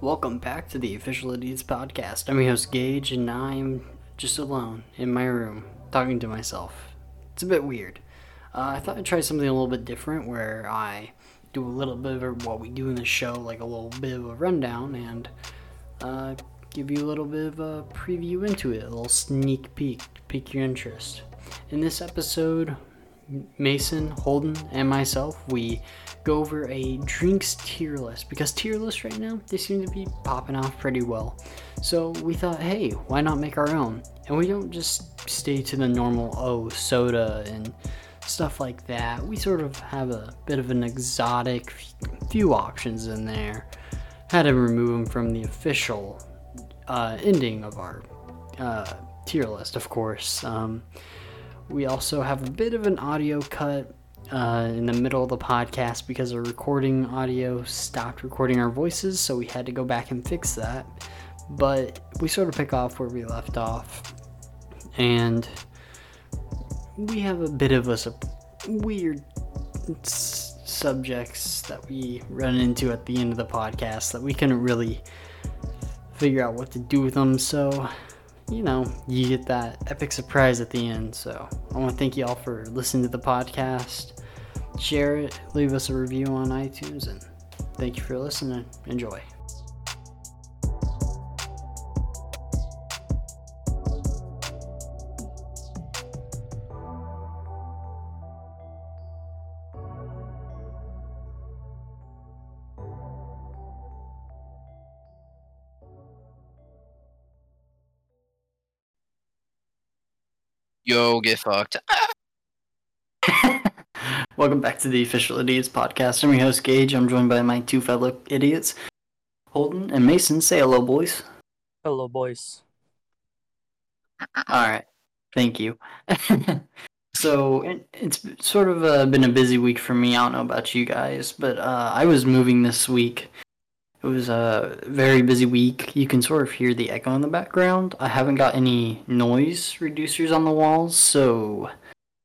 Welcome back to the Official Idiots Podcast. I'm your host, Gage, and I'm just alone in my room talking to myself. It's a bit weird. Uh, I thought I'd try something a little bit different where I do a little bit of what we do in the show, like a little bit of a rundown, and uh, give you a little bit of a preview into it, a little sneak peek, pique your interest. In this episode, Mason, Holden, and myself, we go over a drinks tier list because tier lists right now they seem to be popping off pretty well. So we thought, hey, why not make our own? And we don't just stay to the normal oh soda and stuff like that. We sort of have a bit of an exotic f- few options in there. Had to remove them from the official uh, ending of our uh, tier list, of course. Um, we also have a bit of an audio cut uh, in the middle of the podcast because our recording audio stopped recording our voices, so we had to go back and fix that. But we sort of pick off where we left off, and we have a bit of a sup- weird s- subjects that we run into at the end of the podcast that we couldn't really figure out what to do with them. So you know, you get that epic surprise at the end. So I want to thank you all for listening to the podcast. Share it, leave us a review on iTunes, and thank you for listening. Enjoy. Yo, get fucked. Ah, Welcome back to the Official Idiots Podcast. I'm your host, Gage. I'm joined by my two fellow idiots, Holden and Mason. Say hello, boys. Hello, boys. All right. Thank you. so it, it's sort of uh, been a busy week for me. I don't know about you guys, but uh, I was moving this week. It was a very busy week. You can sort of hear the echo in the background. I haven't got any noise reducers on the walls, so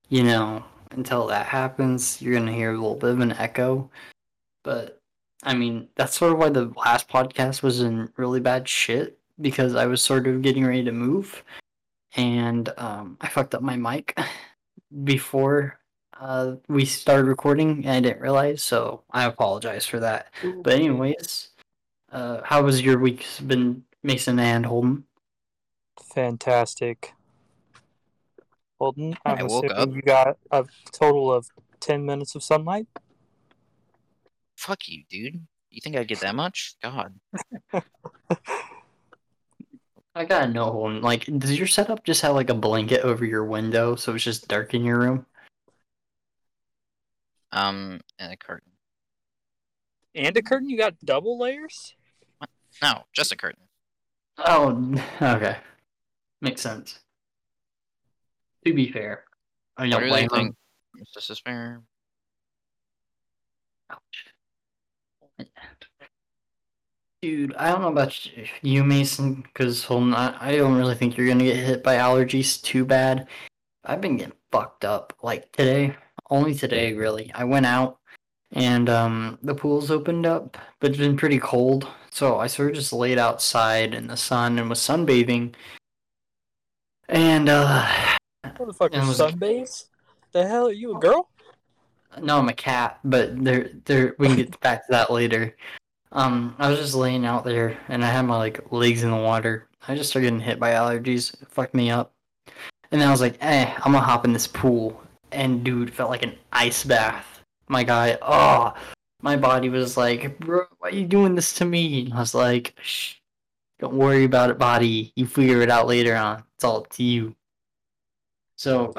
you know, until that happens, you're gonna hear a little bit of an echo. But I mean, that's sort of why the last podcast was in really bad shit because I was sort of getting ready to move, and um, I fucked up my mic before uh, we started recording, and I didn't realize. So I apologize for that. But anyways, uh, how was your week been, Mason and Holden? Fantastic. Holden, I'm I woke assuming up. you got a total of 10 minutes of sunlight. Fuck you, dude. You think I'd get that much? God. I gotta know, Holden. Like, does your setup just have like a blanket over your window, so it's just dark in your room? Um, and a curtain. And a curtain? You got double layers? No, just a curtain. Oh, okay, makes sense. To be fair, I I don't really blame think him. it's just a spare. Dude, I don't know about you- you, Mason, because Holden, I, I don't really think you're gonna get hit by allergies too bad. I've been getting fucked up. Like today, only today, really. I went out and um, the pool's opened up, but it's been pretty cold. So I sort of just laid outside in the sun and was sunbathing. And uh, Motherfucker, Yeah, it was- sunbase? The hell are you, a girl? No, I'm a cat, but there, there. We can get back to that later. Um, I was just laying out there, and I had my like legs in the water. I just started getting hit by allergies. It fucked me up. And then I was like, eh, I'm gonna hop in this pool. And dude, it felt like an ice bath. My guy, oh, my body was like, bro, why are you doing this to me? And I was like, shh, don't worry about it, body. You figure it out later on. It's all up to you. So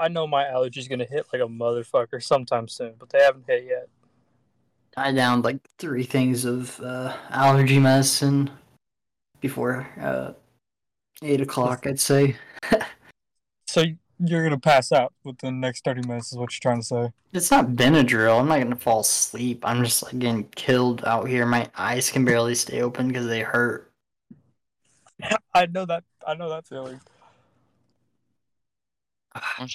I know my allergy's going to hit like a motherfucker sometime soon, but they haven't hit yet. I downed like three things of uh, allergy medicine before uh, eight o'clock, I'd say. So you're going to pass out within the next 30 minutes, is what you're trying to say. It's not Benadryl. I'm not gonna fall asleep. I'm just like getting killed out here. My eyes can barely stay open because they hurt. I know that. I know that feeling.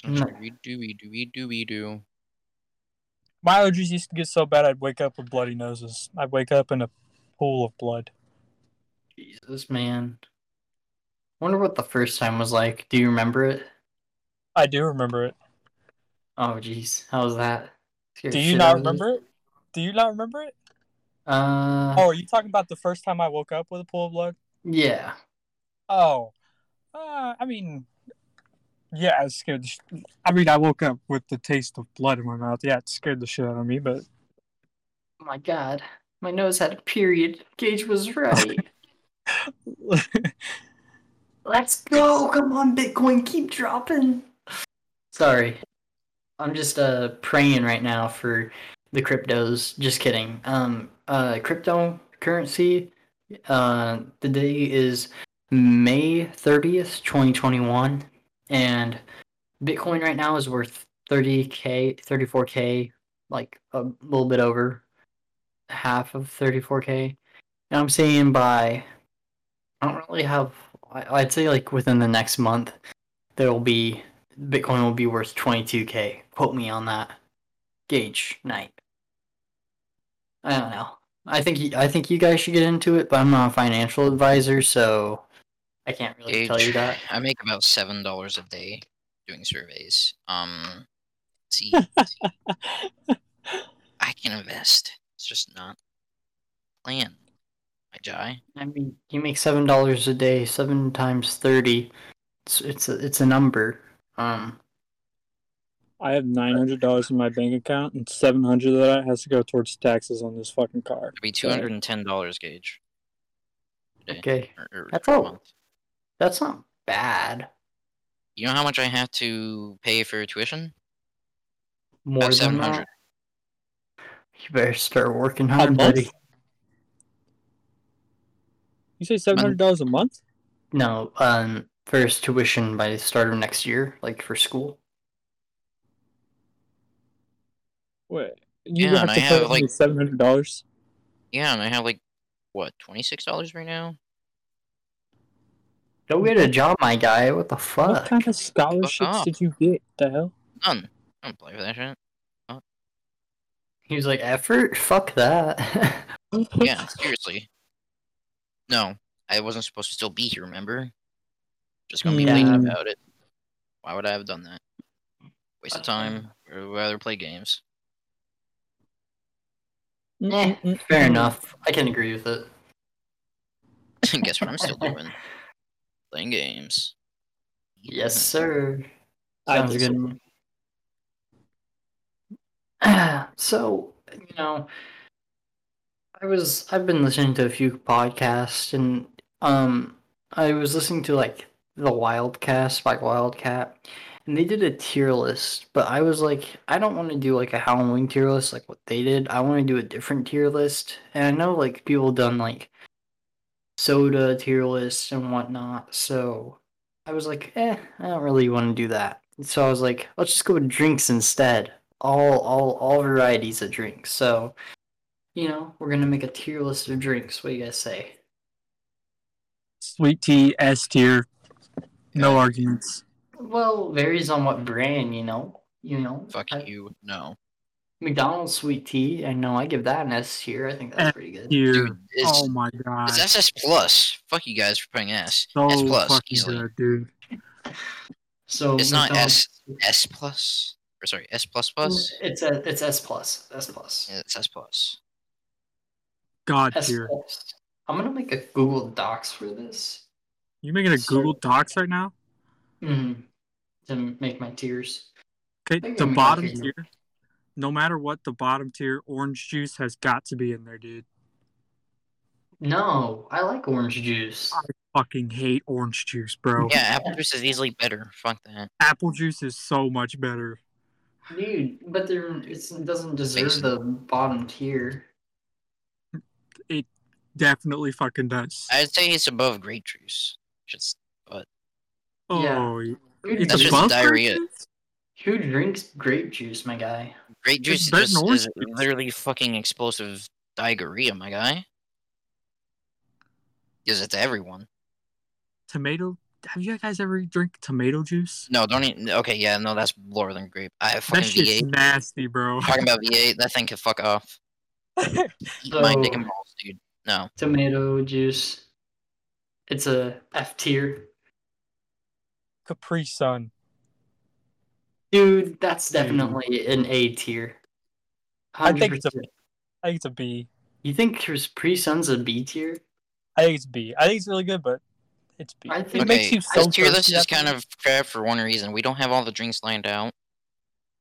No. We do, we do, we do, we do. My allergies used to get so bad, I'd wake up with bloody noses. I'd wake up in a pool of blood. Jesus, man. Wonder what the first time was like. Do you remember it? I do remember it. Oh, jeez, how was that? Scared Do the you shit not out of me. remember it? Do you not remember it? Uh, Oh, are you talking about the first time I woke up with a pool of blood? yeah. Oh, uh, I mean, yeah, I was scared. The sh- I mean, I woke up with the taste of blood in my mouth. Yeah, it scared the shit out of me. But Oh my God, my nose had a period. Gage was right. Let's go! Come on, Bitcoin, keep dropping. Sorry, I'm just uh praying right now for the cryptos. Just kidding. Um, uh, cryptocurrency. Uh, the day is May thirtieth, twenty twenty one, and Bitcoin right now is worth thirty k, thirty four k, like a little bit over half of thirty four k. And I'm saying by I don't really have. I- I'd say like within the next month, there will be Bitcoin will be worth twenty two k. Quote me on that. Gage Knight. I don't know. I think y- I think you guys should get into it, but I'm not a financial advisor, so I can't really tell you Gage, that. I make about seven dollars a day doing surveys. Um, see, I can invest. It's just not plan. I jai. I mean, you make seven dollars a day, seven times thirty. It's it's a, it's a number. Um, I have nine hundred dollars in my bank account, and seven hundred of that has to go towards taxes on this fucking car. It'd be two hundred and ten dollars, Gage. Okay. okay, Or, or That's per all. month. that's not bad. You know how much I have to pay for tuition? More About than seven that. hundred. You better start working A hard, month? buddy. You say seven hundred dollars a month? No, um, first tuition by the start of next year, like for school. Wait, you Yeah, have and to I pay have, like- seven hundred dollars. Yeah, and I have like what twenty six dollars right now. Go get a job, my guy. What the What fuck? kind of scholarships up. did you get? The hell? None. I don't play for that shit. He was like, effort? Fuck that. Yeah, seriously. No, I wasn't supposed to still be here. Remember? Just gonna be Yeah. blatant about it. Why would I have done that? Waste of time. Uh-huh. I would rather play games. Mm, Eh, Hmm. Fair enough. I can agree with it. Guess what I'm still doing? Playing games. Hmm. Yes, sir. I Sounds good. So, you know, I was I've been listening to a few podcasts and um I was listening to like the Wildcast by Wildcat and they did a tier list, but I was like I don't want to do like a Halloween tier list like what they did. I want to do a different tier list. And I know like people done like soda tier lists and whatnot, so I was like, eh, I don't really want to do that. So I was like, let's just go with drinks instead. All all all varieties of drinks. So, you know, we're gonna make a tier list of drinks. What do you guys say? Sweet tea, S tier. No arguments. Well, varies on what brand, you know. You know, Fuck I- you. No. McDonald's sweet tea. I know I give that an S tier. I think that's pretty good. Tier. Dude, it's, Oh my god. it's SS plus. Fuck you guys for playing S. so S plus, fucking easily. good, dude. So It's not McDonald's- S plus. Or sorry, S plus plus. It's a, it's S plus. S plus. Yeah, it's S plus. God S tier. plus. I'm gonna make a Google Docs for this. You making a So- Google Docs right now? Mm-hmm. To make my tears. Okay, think the I'm gonna bottom take it. tier. No matter what, the bottom tier orange juice has got to be in there, dude. No, I like orange juice. Ah. Fucking hate orange juice, bro. Yeah, apple juice is easily better. Fuck that. Apple juice is so much better. Dude, but there, it's, it doesn't deserve Basin. the bottom tier. Definitely fucking does. I'd say it's above grape juice. Just Oh, Who, it's That's drinks, just above diarrhea. grape juice? who drinks grape juice, my guy? grape It's juice is better than just orange is juice. literally fucking explosive diarrhea, my guy. Gives it to everyone. Tomato. Have you guys ever drink tomato juice? No, don't even. Okay, yeah, no, that's lower than grape. I have fucking That shit's V8. nasty, bro. Talking about V8, that thing could fuck off. Eat my dick and balls, dude. No. Tomato juice. It's a F tier. Capri Sun. Dude, that's definitely an A tier. I think it's a- 100%. I think it's a B. You think Capri Sun's a B tier? I think it's B. I think it's really good, but it's B. I It think- Okay. makes you so This tier list thirsty is after- kind of crap for one reason. We don't have all the drinks lined out.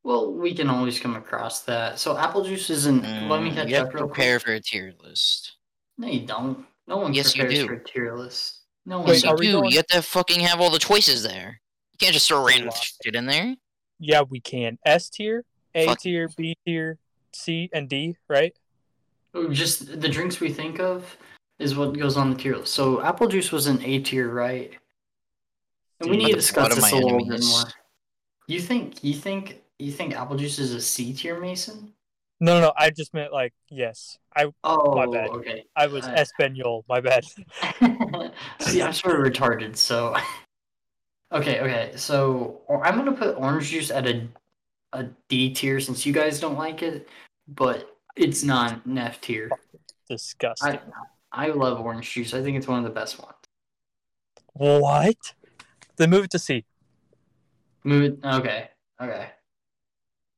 Well, we can always come across that. So apple juice isn't. let me Mm, catch you have up to real prepare quick. for a tier list. No, you don't. No one Yes, you prepares do. for a tier list. No one. Wait, yes, you are we do. going- You have to fucking have all the choices there. You can't just throw random shit in there. Yeah, we can. S tier, A Fuck. tier, B tier, C and D, right? Oh, Just the drinks we think of is what goes on the tier list. So apple juice was an A tier, right? And we Dude, need to but discuss what am this a I little bit enemies? more. You think you think you think apple juice is a C tier, Mason? No, no, no. I just meant like yes. I Oh, bad. okay. I was Uh, Espanol. My bad. See, I'm sort of retarded, so. Okay, okay, so or- I'm gonna put orange juice at a a D tier since you guys don't like it, but it's not an F tier. Disgusting. I I love orange juice. I think it's one of the best ones. What? Then move it to C. Move it. Okay, okay.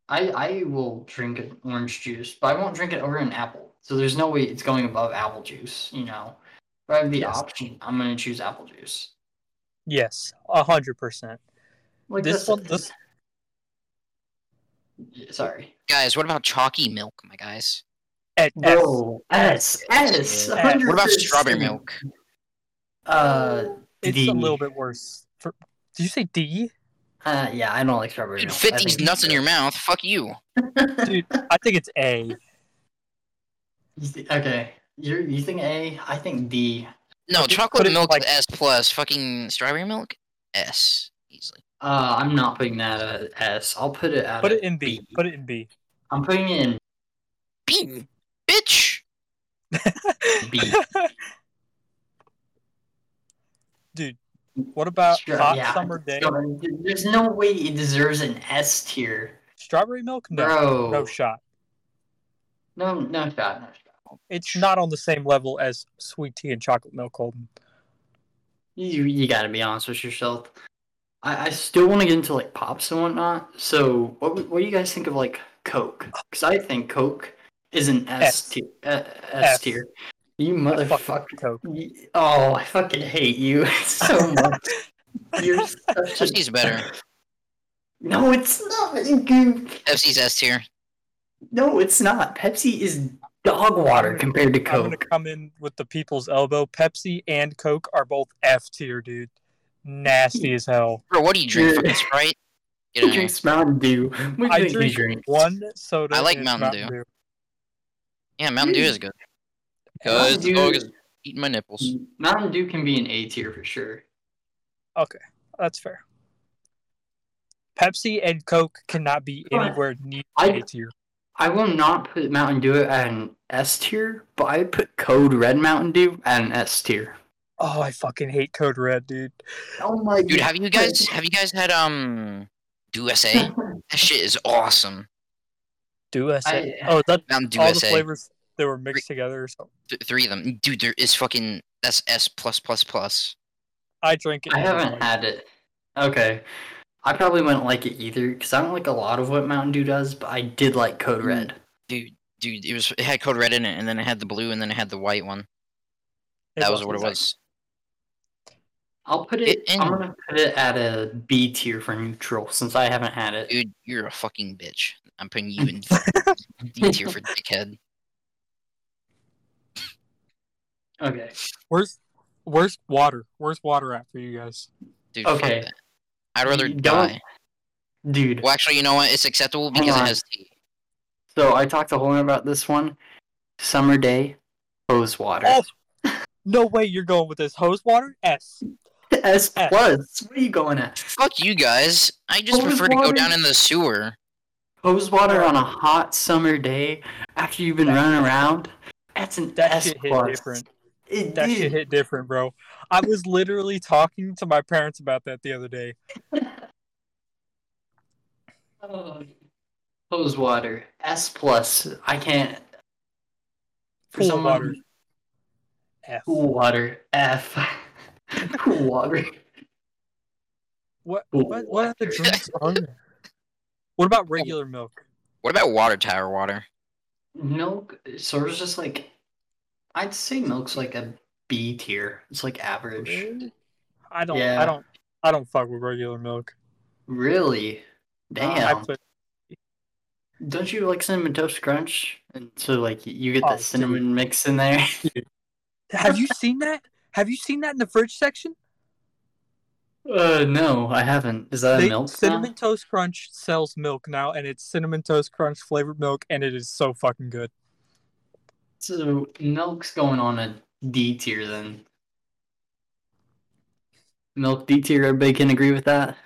I I will drink an orange juice, but I won't drink it over an apple. So there's no way it's going above apple juice. You know, if I have the Yes. option, I'm gonna choose apple juice. Yes, a hundred percent. Like This this one, this Sorry. Guys, what about chalky milk, my guys? at F. Bro, Oh, S, S, Yeah. 100%. What about strawberry milk? Uh, It's D. a little bit worse. For, did you say D? uh, yeah, I don't like strawberry Dude, milk. fit these nuts in your mouth. Fuck you. Dude, I think it's A. mouth. Okay, you you think A? I think D. No, Put it- chocolate put it milk like- is S plus. Fucking strawberry milk S easily. Uh, I'm not putting that at S. I'll put it at Put a it in B. Put it in B. I'm putting it in B, bitch. B. Dude, what about Sure, hot yeah. summer day? Yo, There's no way it deserves an S tier, Strawberry milk? No, bro. no shot. no, no shot, no shot. It's not on the same level as sweet tea and chocolate milk, Holden. You you gotta be honest with yourself. I, I still want to get into like pops and whatnot. So what w- what do you guys think of like Coke? Because I think Coke is an S S. tier. Uh, S S. tier. You I fucking motherfucker. Coke. Y- Oh, I fucking hate you so much. You're such a Pepsi's better. no. It's not you goof. Pepsi's S tier. No, it's not. Pepsi is dog water compared to I'm gonna Coke. come in with the people's elbow. Pepsi and Coke are both F tier, dude. Nasty as hell. Bro, what do you drink? Dude. Fucking Sprite. He Get out of here. drinks Mountain Dew. What do I you think he drink drinks? One soda. I like and Mountain Dew. Yeah, Mountain Dew is good. Cause Mountain the Dew- dog is eating my nipples. Mountain Dew can be an A tier for sure. That's fair. Pepsi and Coke cannot be Come on. anywhere near I- A tier. I will not put Mountain Dew at an S tier, but I would put Code Red Mountain Dew at an S tier. Oh, I fucking hate Code Red, dude. Oh my Dude, have you guys have you guys had um Dew SA? That shit is awesome. Do SA. I- oh, that Mountain Dew all the SA. flavors they were mixed together. So Th- three of them. Dude, there is fucking that's S plus plus plus. I drink it. I and I'm haven't like, had it. Okay. I probably wouldn't like it either because I don't like a lot of what Mountain Dew does, but I did like Code Mm. Red. Dude, dude, it was it had code red in it, and then it had the blue, and then it had the white one. it that was what it wasn't was. I'll put Get it. I'm in. gonna put it at a B tier for neutral since I haven't had it. Dude, you're a fucking bitch. I'm putting you in fucking D tier for dickhead. Okay. Where's where's water? Where's water at for you guys? Dude, fuck Okay. that. I'd rather You don't- die. Dude. Well, actually, you know what? It's acceptable Hang because it on. has tea. So I talked to Holman about this one. Summer day, hose water. Oh. No way you're going with this hose water? S. S F. plus. What are you going at? Fuck you guys. I just Hose prefer to go water? down in the sewer. hose water on a hot summer day after you've been That- running around. That's an That S shit hit plus. different. It That did. shit hit different, bro. I was literally talking to my parents about that the other day. Oh. Hose water S plus. I can't. For Pool someone- water. F. Cool water. F. cool water. What, Ooh. what what other drinks are there? What about regular milk? What about water tower water? Milk sort of just like I'd say milk's like a B tier. It's like average. I don't Yeah. I don't I don't fuck with regular milk. Really? I Damn. put Don't you like cinnamon toast crunch? And so like you get the Oh, dude. cinnamon mix in there. Have you seen that? Have you seen that in the fridge section? Uh no, I haven't. Is that a They- milk now? cinnamon toast crunch sells milk now, and it's cinnamon toast crunch flavored milk, and it is so fucking good. So uh, milk's going on a D tier then. Milk D tier, everybody can agree with that?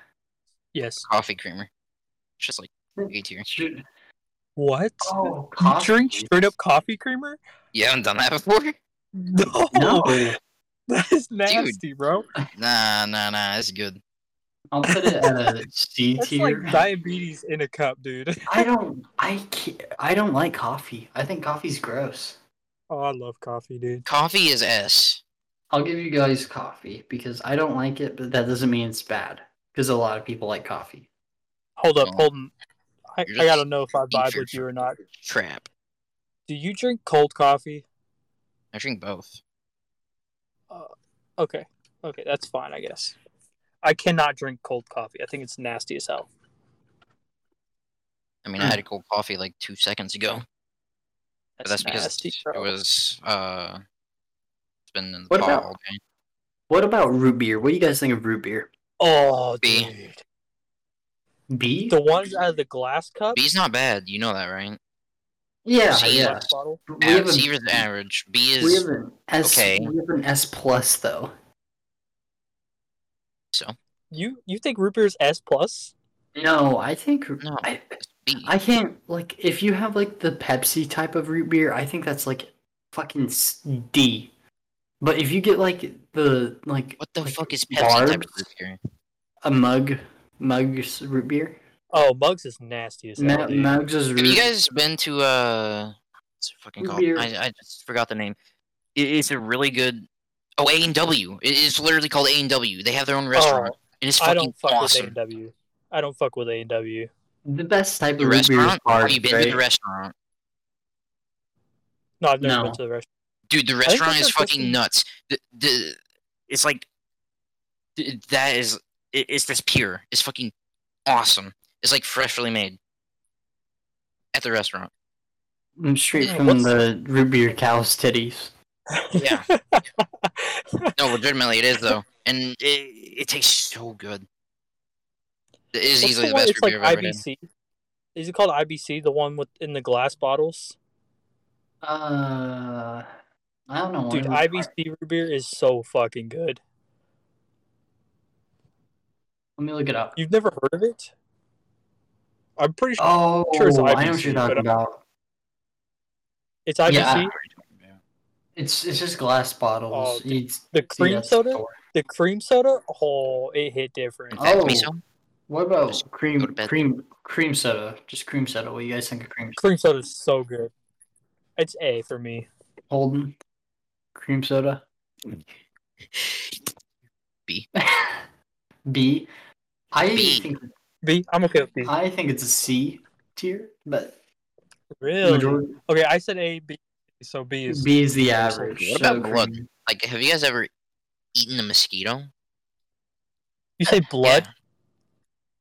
Yes. Coffee creamer. It's just like A tier. Shoot. What? Oh, You coffee. drink straight up coffee creamer? You haven't done that before? No, No, that is nasty, bro. Nah, nah, nah. It's good. I'll put it at a C That's tier. like diabetes in a cup, dude. I don't, I can't, I don't like coffee. I think coffee's gross. Oh, I love coffee, dude. Coffee is S. I'll give you guys coffee because I don't like it, but that doesn't mean it's bad. Because a lot of people like coffee. Hold up, Oh. hold on. I, You're I gotta just know if I vibe featured with you for or not. Trap. Do you drink cold coffee? I drink both. Okay, okay, that's fine, I guess. I cannot drink cold coffee. I think it's nasty as hell. I Hmm. mean, I had a cold coffee like two seconds ago. But that's because nasty, it bro. was uh, it's been in Oh. the What pot about- all day. What about root beer? What do you guys think of root beer? Oh, B. dude. B? The ones out of the glass cup? B's not bad. You know that, right? yeah, C. yeah. Glass bottle? We Av- have, C a, is average. B we have is an S. okay. We have an S plus though. You you think root beer's S plus? No, I think No. I, B. I can't like if you have like the Pepsi type of root beer, I think that's like fucking s- D. But if you get like the like What the like, fuck is Pepsi type of barbs? root beer? a mug mugs root beer? Oh, Mugs is nasty as hell. Ma- dude. mugs is root. Have you guys been to uh, what's it fucking called? Beer. I, I just forgot the name. It, it's a really good. Oh, A and W. It, it's literally called A and W. They have their own Oh, restaurant. and it's Oh, I fucking don't fuck awesome. with A&W. I don't fuck with A&W. the best type The of root beer is restaurant. have bars, you been to right? the restaurant? No, I've never No. been to the restaurant. Dude, the that's restaurant is their fucking fucking- nuts. The, the it's like th- that is it, it's just pure. It's fucking awesome. It's like freshly made at the restaurant. Mm, Straight Yeah, from what's- the root beer cow's titties. Yeah. No, legitimately, it is though, and it, it tastes so good. It is What's easily the the one- best it's root like beer I've ever had. IBC. Is it called IBC? The one with in the glass bottles? Uh, I don't know. what Dude, it was IBC called. root beer is so fucking good. Let me look it up. You've never heard of it? I'm pretty sure Oh, sure it's I know what IBC, you're talking but- about. it's IBC. yeah. It's it's just glass bottles. Oh, dude. It's- The see, cream that's soda? four. The cream soda, oh, it hit different. Oh. Fact, miso? What about Just cream go to bed. cream cream soda? Just cream soda. What do you guys think of cream soda? Cream soda is so good. It's A for me. Holden? Cream soda? B. B. I B. think B. I'm okay with B. I think it's a C tier, but Really? majority, Okay, I said A, B, so B is B is the average. What so about blood? cream- Like, have you guys ever eaten a mosquito? You say blood? Yeah.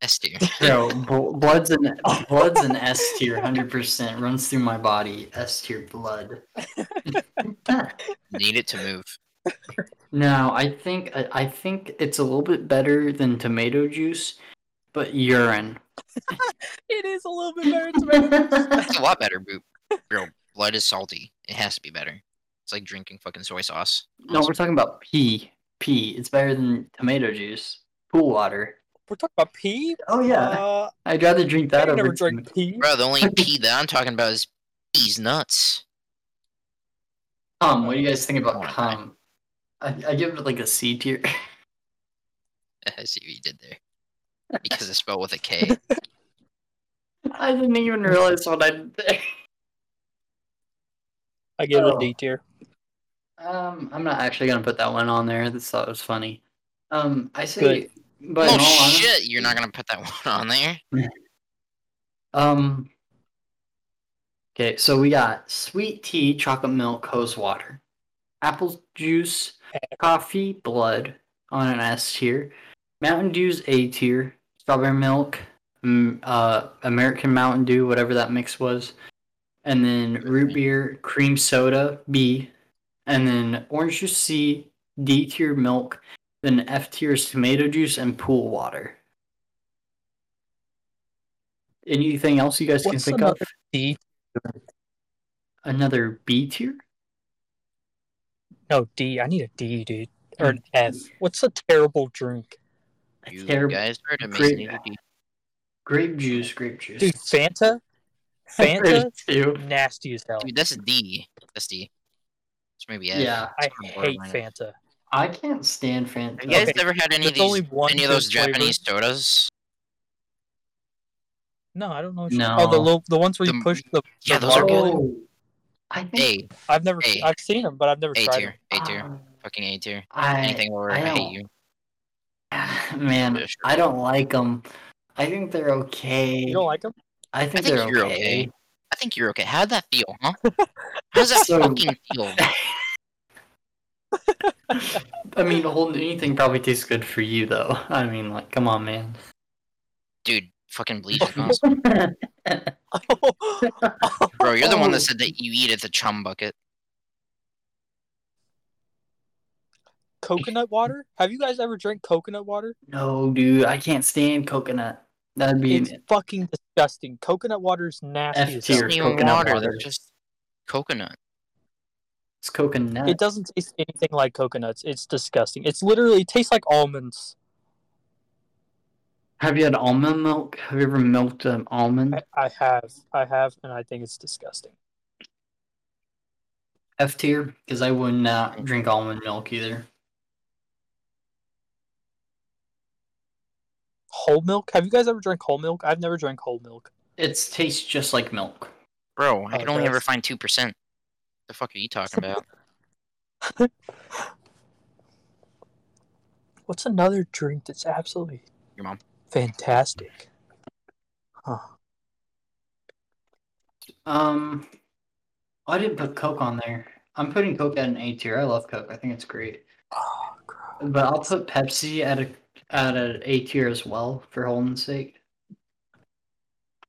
S tier. Bro, bl- blood's an blood's an S tier, hundred percent. Runs through my body. S tier blood. Need it to move. No, I think I, I think it's a little bit better than tomato juice, but urine. It is a little bit better. Tomato. I It's a lot better, boo. Bro, blood is salty. It has to be better. It's like drinking fucking soy sauce. No, we're talking about pee. Pee. It's better than tomato juice. Pool water. We're talking about pee. Oh yeah. Uh, I'd rather drink that I over never drank pee. Bro, the only pee that I'm talking about is peas nuts. cum. What do you guys think about Alright. cum? I, I give it like a C tier. I see what you did there. Because it's spelled with a K. I didn't even realize what I did there. I give it Oh. a D tier. Um, I'm not actually gonna put that one on there. I just thought it was funny. Um, I say, Good. but in oh all honest- shit! You're not gonna put that one on there. um. Okay, so we got sweet tea, chocolate milk, hose water, apple juice, coffee, blood on an S tier, Mountain Dew's A tier, strawberry milk, mm, uh, American Mountain Dew, whatever that mix was, and then root beer, cream soda B, and then orange juice C, D tier milk, then F tier is tomato juice and pool water. Anything else you guys What's can think of? another D? Another B tier? No, D. I need a D, dude. Or an Hmm. F. What's a terrible drink? A You terrib- guys heard of Great. me. Grape juice, grape juice. Dude, Fanta? Grape Fanta? juice. Nasty as hell. Dude, that's a D. That's D. It's maybe F. Yeah, I It's kinda hate borderline. Fanta. I can't stand Fanta. Have you guys Okay. ever had any of There's these? only one any of good those flavor. Japanese sodas? No, I don't know. what you- No. Oh, the little, the ones where you The- push the. Yeah, the those are good. bottle? Oh, I think A, I've never. A. I've seen them, but I've never A tried tier, them. A tier, um, fucking A tier. I, Anything lower, I, I hate don't- you. man, Yeah, sure. I don't like them. I think they're okay. You don't like them? I think, think they're you're okay. okay. I think you're okay. How'd that feel, huh? How's that So- fucking feel? I mean, whole anything probably tastes good for you though. I mean, like, come on, man. Dude, fucking bleach is awesome. Bro, you're the one that said that you eat at the chum bucket. coconut water? Have you guys ever drank coconut water? no, dude, I can't stand coconut. That'd be It's fucking disgusting. Coconut water is nasty F as It's tier. hell. not even coconut water, water. they're just coconut. it's coconut. It doesn't taste anything like coconuts. It's disgusting. It's literally it tastes like almonds. Have you had almond milk? Have you ever milked an almond? I, I have, I have, and I think it's disgusting. F tier, because I would not drink almond milk either. Whole milk? Have you guys ever drank whole milk? I've never drank whole milk. It tastes just like milk. Bro, I Oh, could only ever that's- find 2%. The fuck are you talking about? What's another drink that's absolutely Your mom. fantastic? Huh. Um, I didn't put Coke on there. I'm putting Coke at an A tier. I love Coke. I think it's great. Oh, gross. But I'll put Pepsi at a at an A tier as well for Holden's sake.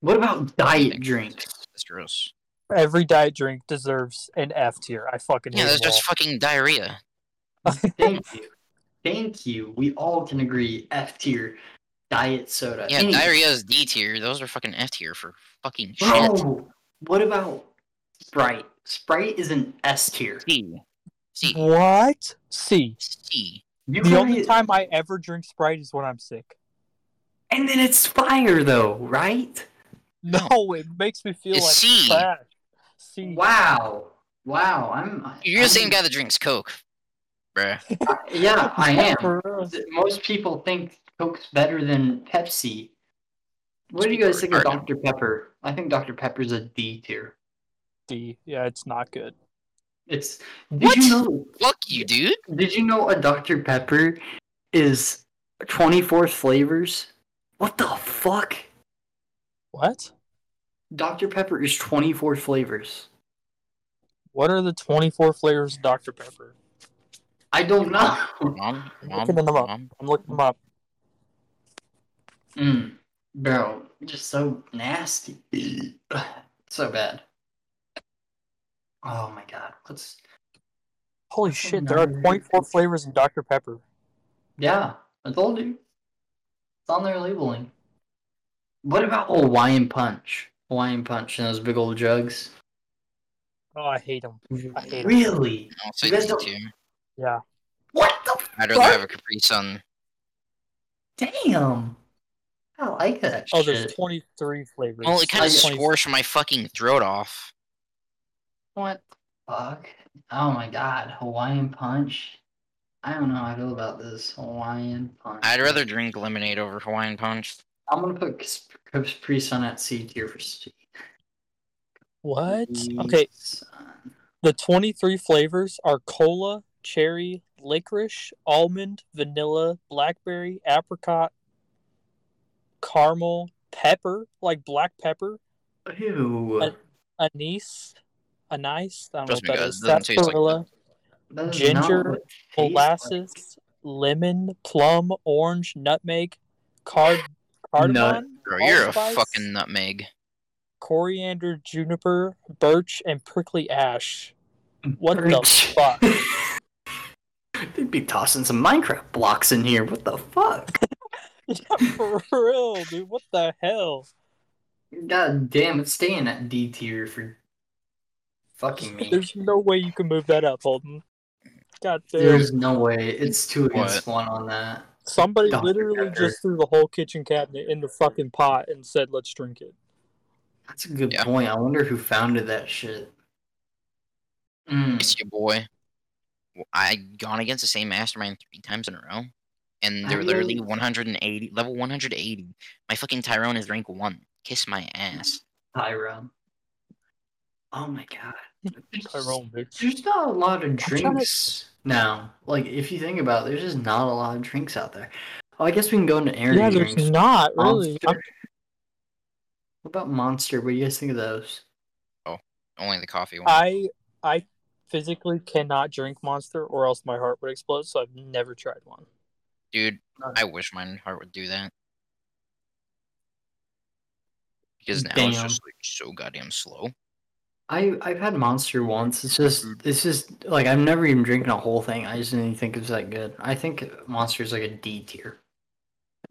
What about diet Thanks. drinks? That's gross. Every diet drink deserves an F tier. I fucking Yeah, hate that's them just fucking diarrhea. Thank you, thank you. We all can agree F tier diet soda. Yeah, Uh, Any- diarrhea is D tier. Those are fucking F tier for fucking shit. Bro, Oh. what about Sprite? Sprite is an S tier. C. C. all. What? C. C. You The only guys- time I ever drink Sprite is when I'm sick. and then it's fire though, right? No, it makes me feel It's like C. trash. C. Wow. Wow, I'm You're the same guy that drinks Coke, bruh. Yeah, I am. For real. Most people think Coke's better than Pepsi. What do you guys think of Pardon? Dr. Pepper? I think Dr. Pepper's a D tier. D. Yeah, it's not good. It's did What? you know Fuck you, dude. did you know a Dr. Pepper is 24 flavors? What the fuck? What? Dr. Pepper is 24 flavors. What are the 24 flavors of Dr. Pepper? I don't know. Mom, mom, Looking them up. mom. I'm looking them up. Mm, bro, just so nasty. so bad. Oh my god. What's Holy That's shit, there are another- 24 flavors in Dr. Pepper. yeah, I told you. It's on their labeling. What about Hawaiian punch? Hawaiian punch and those big old jugs. Oh, I hate them. I hate 'em. Really? I'll say You guys D don't- tier. Yeah. What the I'd rather have a Capri Sun. damn? I like that Oh, there's shit. 23 flavors. Well, it kind of Like- scorched my fucking throat off. What the fuck? Oh my god, Hawaiian punch. I don't know how I feel about this Hawaiian punch. I'd rather drink lemonade over Hawaiian punch. I'm gonna put Cas- Capri Sun at C tier for C. What? Capri Okay, Sun. The 23 flavors are cola, cherry, licorice, almond, vanilla, blackberry, apricot, caramel, pepper, like black pepper, Ew. Uh, anise, anise, I don't Trust me, know what that guys, is, it doesn't taste like sarsaparilla, That is not ginger, what it tastes like. molasses, lemon, plum, orange, nutmeg, card, cardamom, Bro, you're a allspice, fucking nutmeg. coriander, juniper, birch, and prickly ash. What the Birch. fuck? They'd be tossing some Minecraft blocks in here. What the fuck? Yeah, for real, dude. What the hell? God damn, it's staying at D tier for fucking me. There's no way you can move that up, Holden. God damn. There's no way. It's two against one What? on that. Somebody Don't literally matter. just threw the whole kitchen cabinet in the fucking pot and said, let's drink it. That's a good Yeah. point. I wonder who founded that shit. Mm. It's your boy. I gone against the same mastermind three times in a row, and they're I literally know. 180 level 180. My fucking Tyrone is rank one. Kiss my ass. Tyrone. Oh my god. There's- Tyrone, dude. There's not a lot of trying to- drinks now. Like if you think about it, there's just not a lot of drinks out there. Oh, I guess we can go into energy Yeah, there's drinks. not really. Monster. What about Monster? What do you guys think of those? Only the coffee one. I I physically cannot drink Monster or else my heart would explode, so I've never tried one. Dude, I wish my heart would do that. Because now it's Damn. just like so goddamn slow. I I've had Monster once. It's just Mm-hmm. it's just like I've never even drinking a whole thing. I just didn't think it was that good. I think Monster's like a D tier.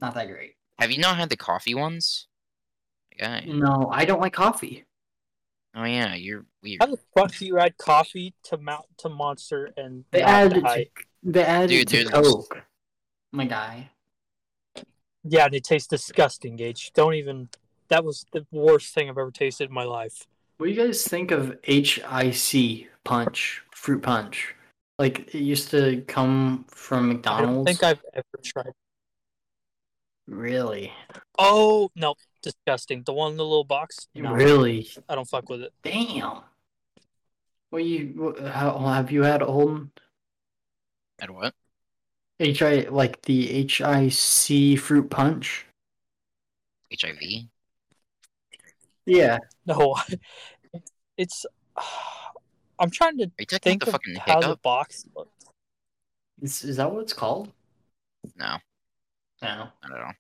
Not that great. Have you not had the coffee ones? Yeah. Hmm. No, I don't like coffee. Oh yeah, you're weird. How the fuck do you add coffee to Mount to Monster and They not added it to to, Hyatt? they added Dude, it to there's- Coke. My guy. Yeah, and it tastes disgusting, Gage. Don't even. That was the worst thing I've ever tasted in my life. What do you guys think of HIC punch, fruit punch? Like it used to come from I don't McDonald's. think I've ever tried. Really? Oh no, disgusting. The one in the little box. No, Really? I don't fuck with it. Damn. What you what, how, have you had Holden? At what? Have you tried like the HIC fruit punch? HIV? Yeah. No, it's. I'm trying to Are you talking think about the of fucking how the hiccup? box looked. Is, is that what it's called? No, No. not at all.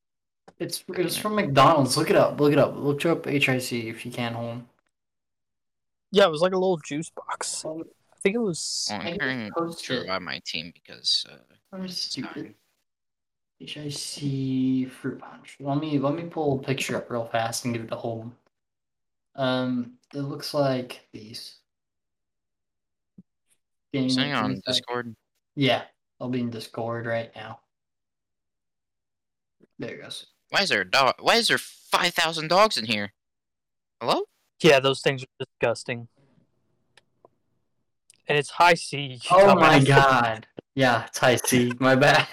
It's it's from McDonald's. Look it up. Look it up. Look up HIC if you can, Holden. Yeah, it was like a little juice box. I think it was. Well, I I'm just hearing posted sure it. about my team because uh, I'm stupid. HIC fruit punch. Let me let me pull a picture up real fast and give it to Holden. Um, it looks like these. Can you something on please, uh, Discord. Yeah, I'll be in Discord right now. There it goes. Why is there a dog? Why is there five thousand dogs in here? Hello? Yeah, those things are disgusting. And it's high C. Oh my god. Yeah, it's high C. My bad.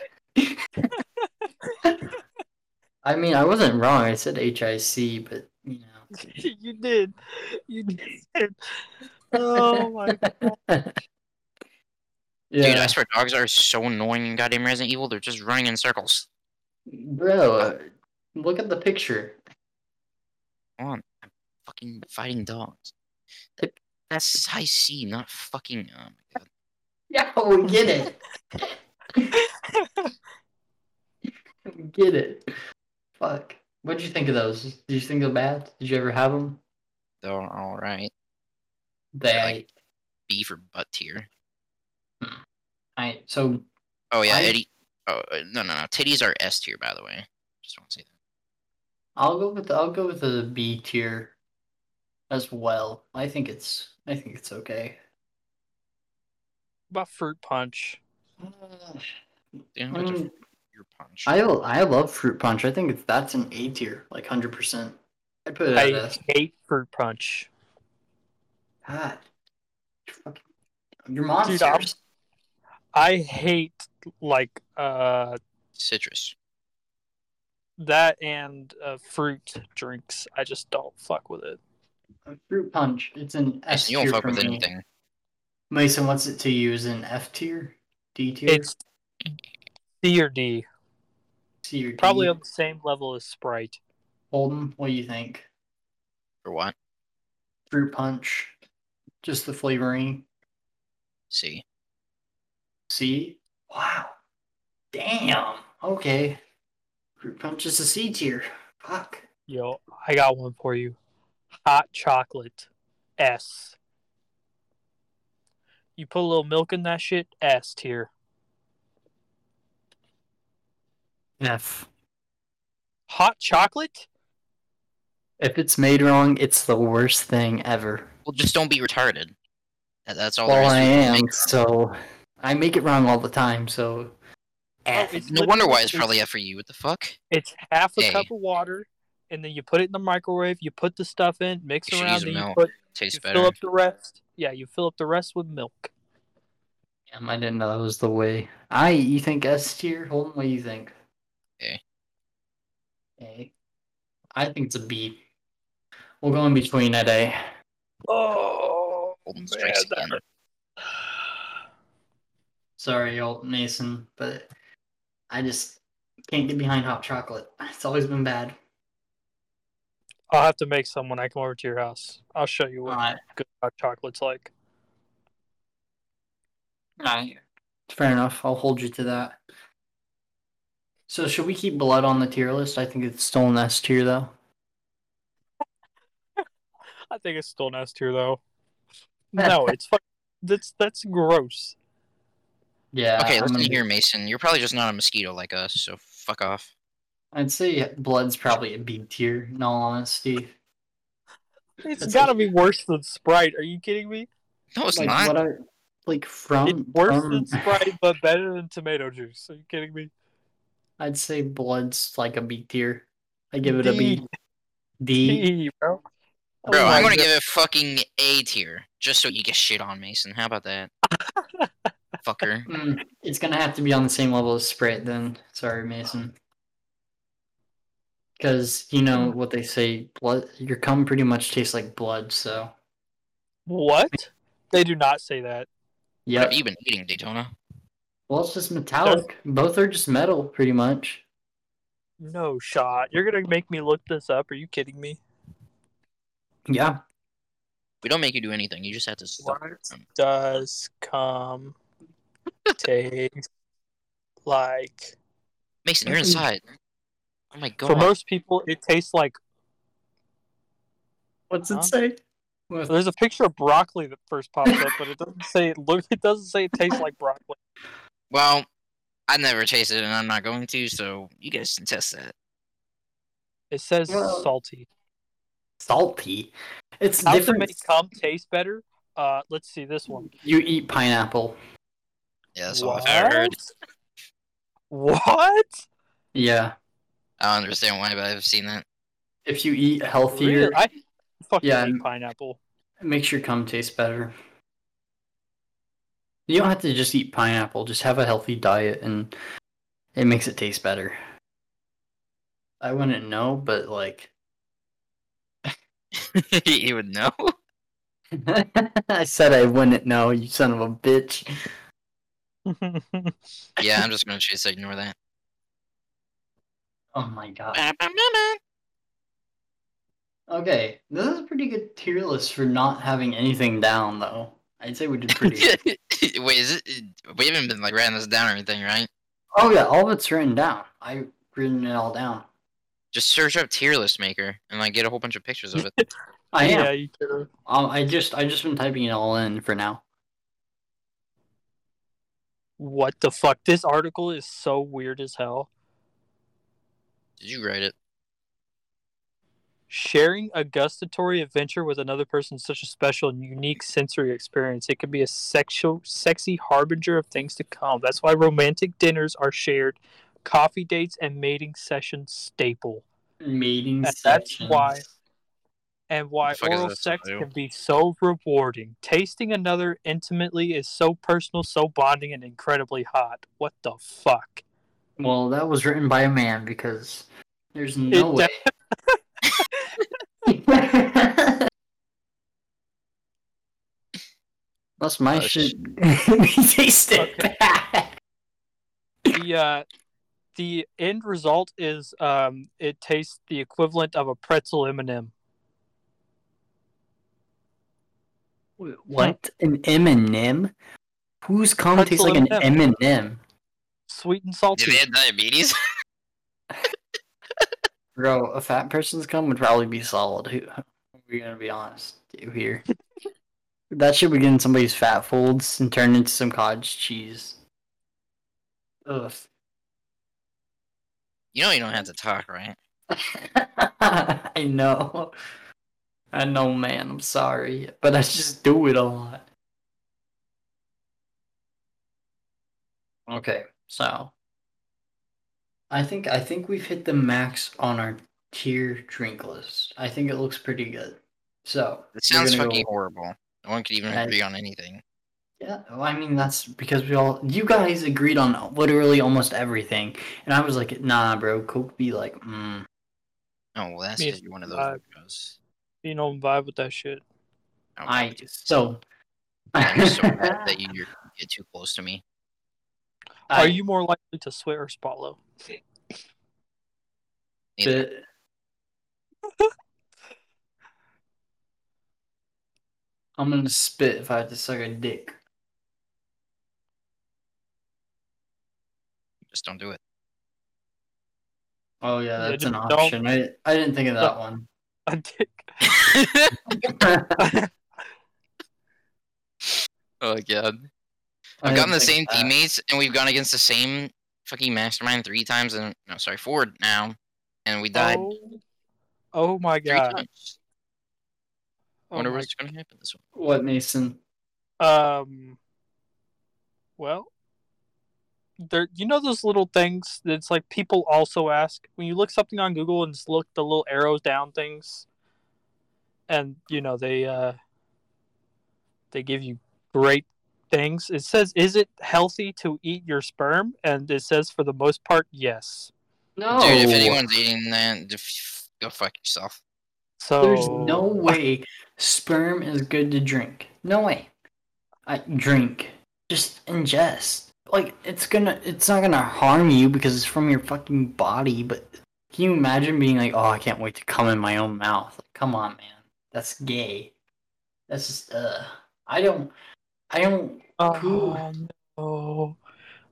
I mean, I wasn't wrong. I said HIC, but you know. you did. You did. Oh my god. Yeah. Dude, I swear dogs are so annoying in goddamn Resident Evil. They're just running in circles. Bro, uh, look at the picture. Come on, I'm fucking fighting dogs. That- That's high C, not fucking. Oh my god. Yeah, we get it. We get it. Fuck. What'd you think of those? Did you think they're bad? Did you ever have them? They're all right. They. B for butt tier. I, so Oh yeah, I- Eddie. Oh uh, no no no. Titties are S tier by the way. Just want to say that. I'll go with I'll go with the B tier as well. I think it's I think it's okay. About fruit punch. Damn, I that's a mean, your punch. Mm. I l- I love fruit punch. I think it's, that's an A tier, like hundred percent. I'd put it at I S. hate fruit punch. God, You're fucking- you're Dude, I'm- monsters. I hate like uh Citrus. that and uh, fruit drinks. I just don't fuck with it. fruit punch. It's an S You don't tier fuck for with me. anything. Mason wants it to use an F tier, D tier, It's C or D. C or D. Probably on the same level as Sprite. Holden. What do you think? Or what? Fruit punch, just the flavoring. See. C. Wow. Damn. Okay. Fruit punch is a C tier. Fuck. Yo, I got one for you. Hot chocolate. S. You put a little milk in that shit, S tier. F. Hot chocolate? If it's made wrong, it's the worst thing ever. Well, just don't be retarded. That, that's all. there Well, is I to it. am, Make- so I make it wrong all the time, so F. Oh, It's Eh, No wonder why it's literally- probably F for you. What the fuck? It's half a Hey. cup of water, and then you put it in the microwave. You put the stuff in, mix You should use around, and you, milk. put, Tastes you better. fill up the rest. Yeah, you fill up the rest with milk. Damn, I didn't know that was the way. I, you think S tier? Holden, what do you think? A. A. I think it's a B. We'll go in between at A. Oh, Golden E strikes again. Sorry, old Mason, but I just can't get behind hot chocolate. It's always been bad. I'll have to make some when I come over to your house. I'll show you what Alright. good hot chocolate's like. Alright. Fair enough. I'll hold you to that. So, should we keep blood on the tier list? I think it's still an S tier, though. I think it's still an S tier though. No, it's fuck. That's that's gross. Yeah. Okay, I'm listen gonna- here, Mason. You're probably just not a mosquito like us, so fuck off. I'd say blood's probably a B tier, in all honesty. It's That's got to be worse than Sprite. Are you kidding me? No, it's like, not. What I, like, It's from. worse from- than Sprite, but better than tomato juice. Are you kidding me? I'd say blood's like a B tier. I give it a D. B. D. Eee, bro. Oh Bro, my I'm gonna God. give it fucking A tier, just so you get shit on, Mason. How about that? Fucker. Mm, it's gonna have to be on the same level as Sprite then. Sorry, Mason. Because you know what they say, blood. Your cum pretty much tastes like blood. So What? They do not say that. What yeah. have you been eating, Daytona? Well, it's just metallic. Both are just metal, pretty much. No shot. You're gonna make me look this up. Are you kidding me? Yeah. We don't make you do anything. You just have to. Stop. Does come taste like Mason, you're inside. Oh my god. for most people it tastes like What's Huh? it say? What- there's a picture of broccoli that first pops up, but it doesn't say it look it doesn't say it tastes like broccoli. well, I never tasted it, and I'm not going to. So you guys can test that. It says Well, salty. Salty. It's How to different. make cum taste better? Uh let's see this one. You eat pineapple. Yeah, that's all I've ever heard. What? What? Yeah. I don't understand why, but I've seen that. If you eat healthier, Really? I fucking Yeah, hate and- pineapple. It makes your cum taste better. You don't have to just eat pineapple, just have a healthy diet and it makes it taste better. I wouldn't know, but like you would know. I said I wouldn't know, you son of a bitch. Yeah, I'm just gonna choose to ignore that. Oh my god. Well, Okay. This is a pretty good tier list for not having anything down though. I'd say we did pretty good. Wait, is it? We haven't been like writing this down or anything, right? Oh yeah, all of it's written down. I written it all down. Just search up tier list maker and like get a whole bunch of pictures of it. I am. Yeah, you could've. Um, I just I just been typing it all in for now. What the fuck? This article is so weird as hell. Did you write it? Sharing a gustatory adventure with another person is such a special and unique sensory experience. It can be a sexual, sexy harbinger of things to come. That's why romantic dinners are shared, coffee dates, and mating sessions staple. Meeting And that's why- sessions. and why The fuck is oral this sex about? can be so rewarding. Tasting another intimately is so personal, so bonding, and incredibly hot. What the fuck? Well, that was written by a man because there's no It way. Plus, my Oh, shit. tasted Okay. bad. the uh, the end result is um, it tastes the equivalent of a pretzel M and m What? An M&M? Who's cum tastes Pretzel like an M&M. M&M? sweet and Do salty. they have diabetes? Bro, a fat person's cum would probably be solid. Who- We're gonna be honest here. that should be getting somebody's fat folds and turned into some cottage cheese. Ugh. You know you don't have to talk, right? I know. I know, man. I'm sorry, but I just do it a lot. Okay, so I think I think we've hit the max on our tier drink list. I think it looks pretty good. So It sounds gonna fucking go- horrible. No one could even Right. agree on anything. yeah, well, I mean that's because we all you guys agreed on literally almost everything, and I was like, nah, bro. Coke be like, mm. Oh, well, that's Me- just one of those uh, videos. You know, vibe with that shit. Oh, I so. I'm so mad that you you're- you get too close to me. Are I- you more likely to swear or swallow? Neither. Bit- I'm gonna spit if I had to suck a dick. Just don't do it. Oh yeah, Yeah, that's just an don't- option. I I didn't think of that Look. one. A dick. oh god. I I've gotten the didn't same think of that. teammates, and we've gone against the same fucking mastermind three times, and no, sorry, four now, and we died Oh, oh my three god. times. Oh Wonder my- what's gonna happen this one. What Mason? Um. Well, there. You know those little things that's like people also ask when you look something on Google and just look the little arrows down things, and you know they uh they give you great things. It says, "Is it healthy to eat your sperm?" And it says, for the most part, yes. No, Dude, if anyone's eating that, def- go fuck yourself. So there's no way sperm is good to drink. No way. I drink. Just ingest. Like it's gonna, it's not gonna harm you because it's from your fucking body. But can you imagine being like, oh, I can't wait to come in my own mouth? Like, come on, man. That's gay. That's just. Uh, I don't. I don't. Oh, no.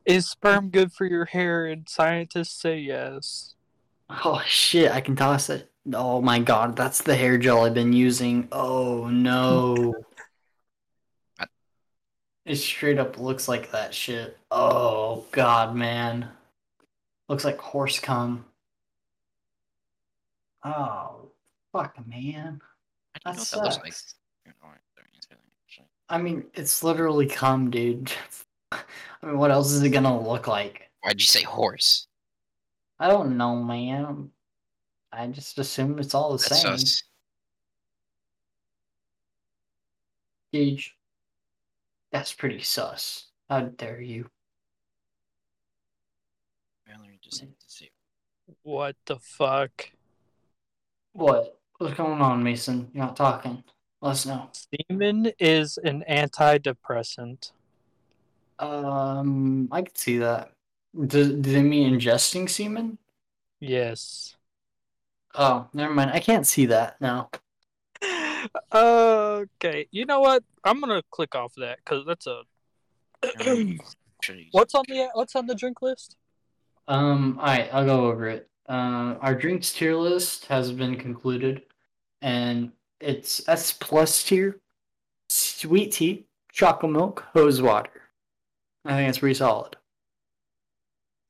Is sperm good for your hair? And scientists say yes. Oh shit! I can toss it. Oh my god, that's the hair gel I've been using. Oh no. It straight up looks like that shit. Oh god, man. Looks like horse cum. Oh fuck, man. I That don't know what that sucks. looks like. You know, actually. I mean, it's literally cum, dude. I mean, what else is it gonna look like? Why'd you say horse? I don't know, man. I just assume it's all the That's same. sus. Gage. That's pretty sus. How dare you? Valerie just had to say- What the fuck? What? What's going on, Mason? You're not talking. Let us know. Semen is an antidepressant. Um, I could see that. Do, do they mean ingesting semen? Yes. Oh, never mind. I can't see that. No. Okay. You know what? I'm gonna click off that because that's a. Should've used- what's on the What's on the drink list? Um, all right, I'll go over it. Uh, our drinks tier list has been concluded, and it's S plus tier, sweet tea, chocolate milk, hose water. I think it's pretty solid.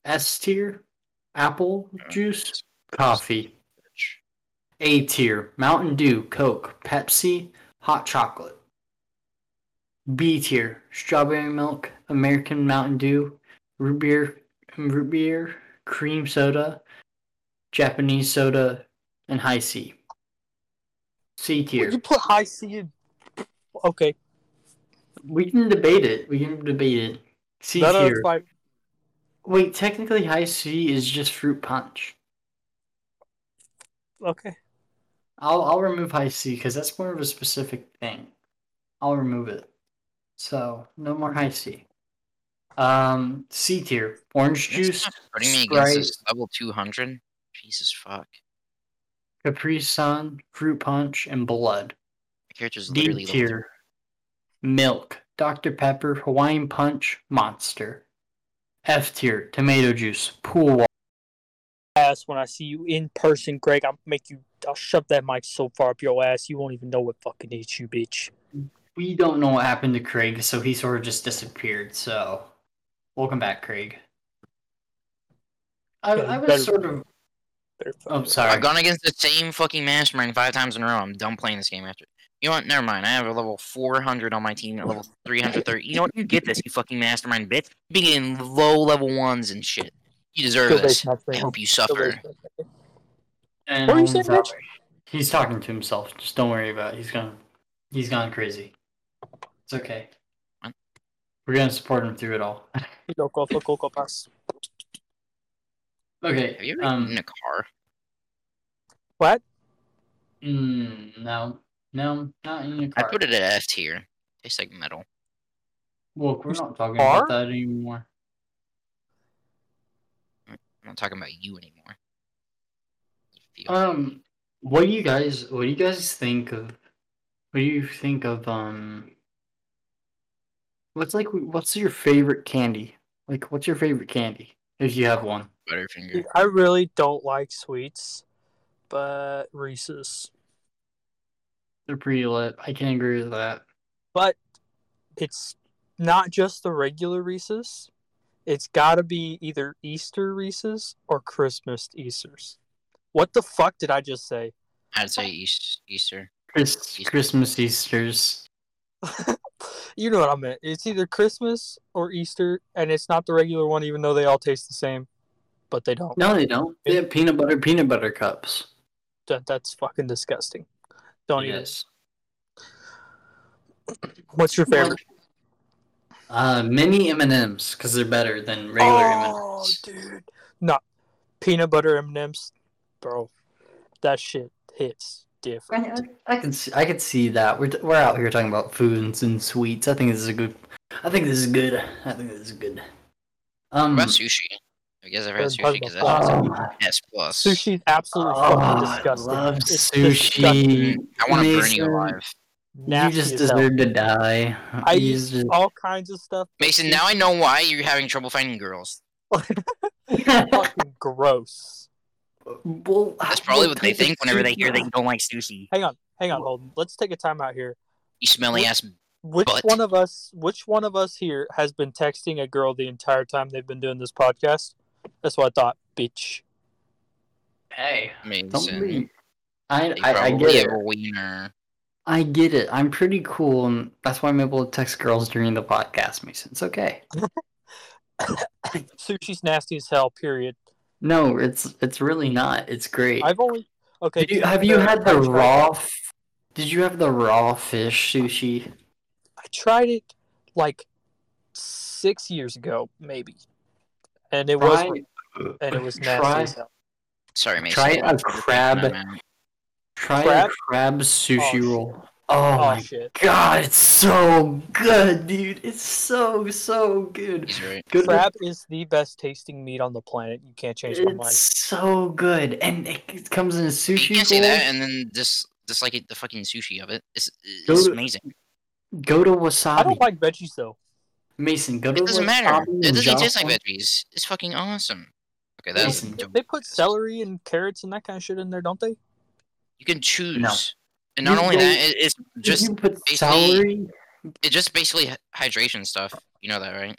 S tier, apple juice, coffee. bitch. A tier, Mountain Dew, Coke, Pepsi, hot chocolate. B tier, strawberry milk, American Mountain Dew, root beer, root beer, cream soda, Japanese soda, and high C. C tier. You put high C. in- Okay. We can debate it. We can debate it. C That is tier. like Wait, technically high C is just fruit punch. okay. I'll I'll remove high C because that's more of a specific thing. I'll remove it. So no more high C. Um, C tier orange juice, Putting me against Sprite. this level 200? Jesus fuck. Capri Sun, fruit punch, and blood. My character's D literally level tier milk, Dr Pepper, Hawaiian punch, monster. F tier tomato juice, pool water. Ass, when I see you in person, Greg, I'll make you. I'll shove that mic so far up your ass, you won't even know what fucking hit you, bitch. We don't know what happened to Craig, so he sort of just disappeared. So, welcome back, Craig. I, Yeah, I better- was sort of. Better fuck Oh, up. sorry. I've gone against the same fucking mastermind five times in a row. I'm done playing this game after. You know what? Never mind. I have a level 400 on my team at level 330. You know what? You get this, you fucking mastermind bitch. You be getting low level ones and shit. You deserve Skill this. based not I thing. hope you Skill suffer. based not thing. And What were you Owen's saying, out. He's talking to himself. Just don't worry about it. He's gone. He's gone crazy. It's okay. What? We're gonna support him through it all. Loco, loco, loco, pass. okay. Have you ever um. eaten a car? What? mm, no. No. Not in your I car. put it at F tier. Tastes like metal. Look, we're not talking Car? about that anymore. I'm not talking about you anymore. Feel- Um, what do you guys? What do you guys think of? What do you think of? Um, what's like? What's your favorite candy? Like, what's your favorite candy if you have one? Butterfinger. I really don't like sweets, but Reese's. They're pretty lit. I can agree with that. But it's not just the regular Reese's. It's got to be either Easter Reese's or Christmas Easter's. What the fuck did I just say? I'd say East, Easter. Chris, Christmas Easter's. you know what I meant. It's either Christmas or Easter, and it's not the regular one, even though they all taste the same. But they don't. No, they don't. They have peanut butter peanut butter cups. That, that's fucking disgusting. Don't eat Yes. it. What's your favorite? Uh, mini M and M's because they're better than regular M and Oh, M's. dude, not peanut butter M Ms, bro. That shit hits different. I, I can see, I can see that. We're, we're out here talking about foods and sweets. I think this is a good. I think this is good. I think this is good. Um. What about sushi? I guess I've had They're both sushi because the fuck. that's oh, S plus. Sushi's absolutely fucking I disgusting. love It's disgusting. sushi. I want to burn Mason, you alive. You Nasty just as hell. deserve to die. I You use just- all kinds of stuff. but Mason, now I know why you're having trouble finding girls. it's fucking gross. well, That's probably what they type of think whenever they hear they sushi- don't like sushi. Hang on, hang on, Holden. Let's take a time out here. You smelly ass. Which But- one of us? Which one of us here has been texting a girl the entire time they've been doing this podcast? That's what I thought, bitch. Hey, don't Mason. be. I, They I, I probably get it. have a wiener. I get it. I'm pretty cool, and that's why I'm able to text girls during the podcast, Mason. It's okay. Sushi's nasty as hell. Period. No, it's it's really not. It's great. I've only okay. Did you, have you had the raw? f- Did you have the raw fish sushi? I tried it like six years ago, maybe, and it was and it was nasty. Try, as hell. Sorry, Mason. try a Sorry, crab. man. Try Crab? a crab sushi Oh, shit. roll. Oh, Oh, my shit! god, it's so good, dude. It's so so good. He's right. Good- Crab is the best tasting meat on the planet. You can't change my mind. It's so good, and it, it comes in a sushi. You can't say roll. that and then just dislike it, the fucking sushi of it. It's, Go it's to- amazing. Go to I wasabi, don't like veggies though. Mason. Go to It doesn't wasabi matter. and It doesn't taste jostle. like veggies. It's fucking awesome. Okay, that's Mason. They put celery and carrots and that kind of shit in there, don't they? you can choose. No. And not You only go- that, it, it's If just you put basically- celery. it's just basically hy- hydration stuff. You know that, right?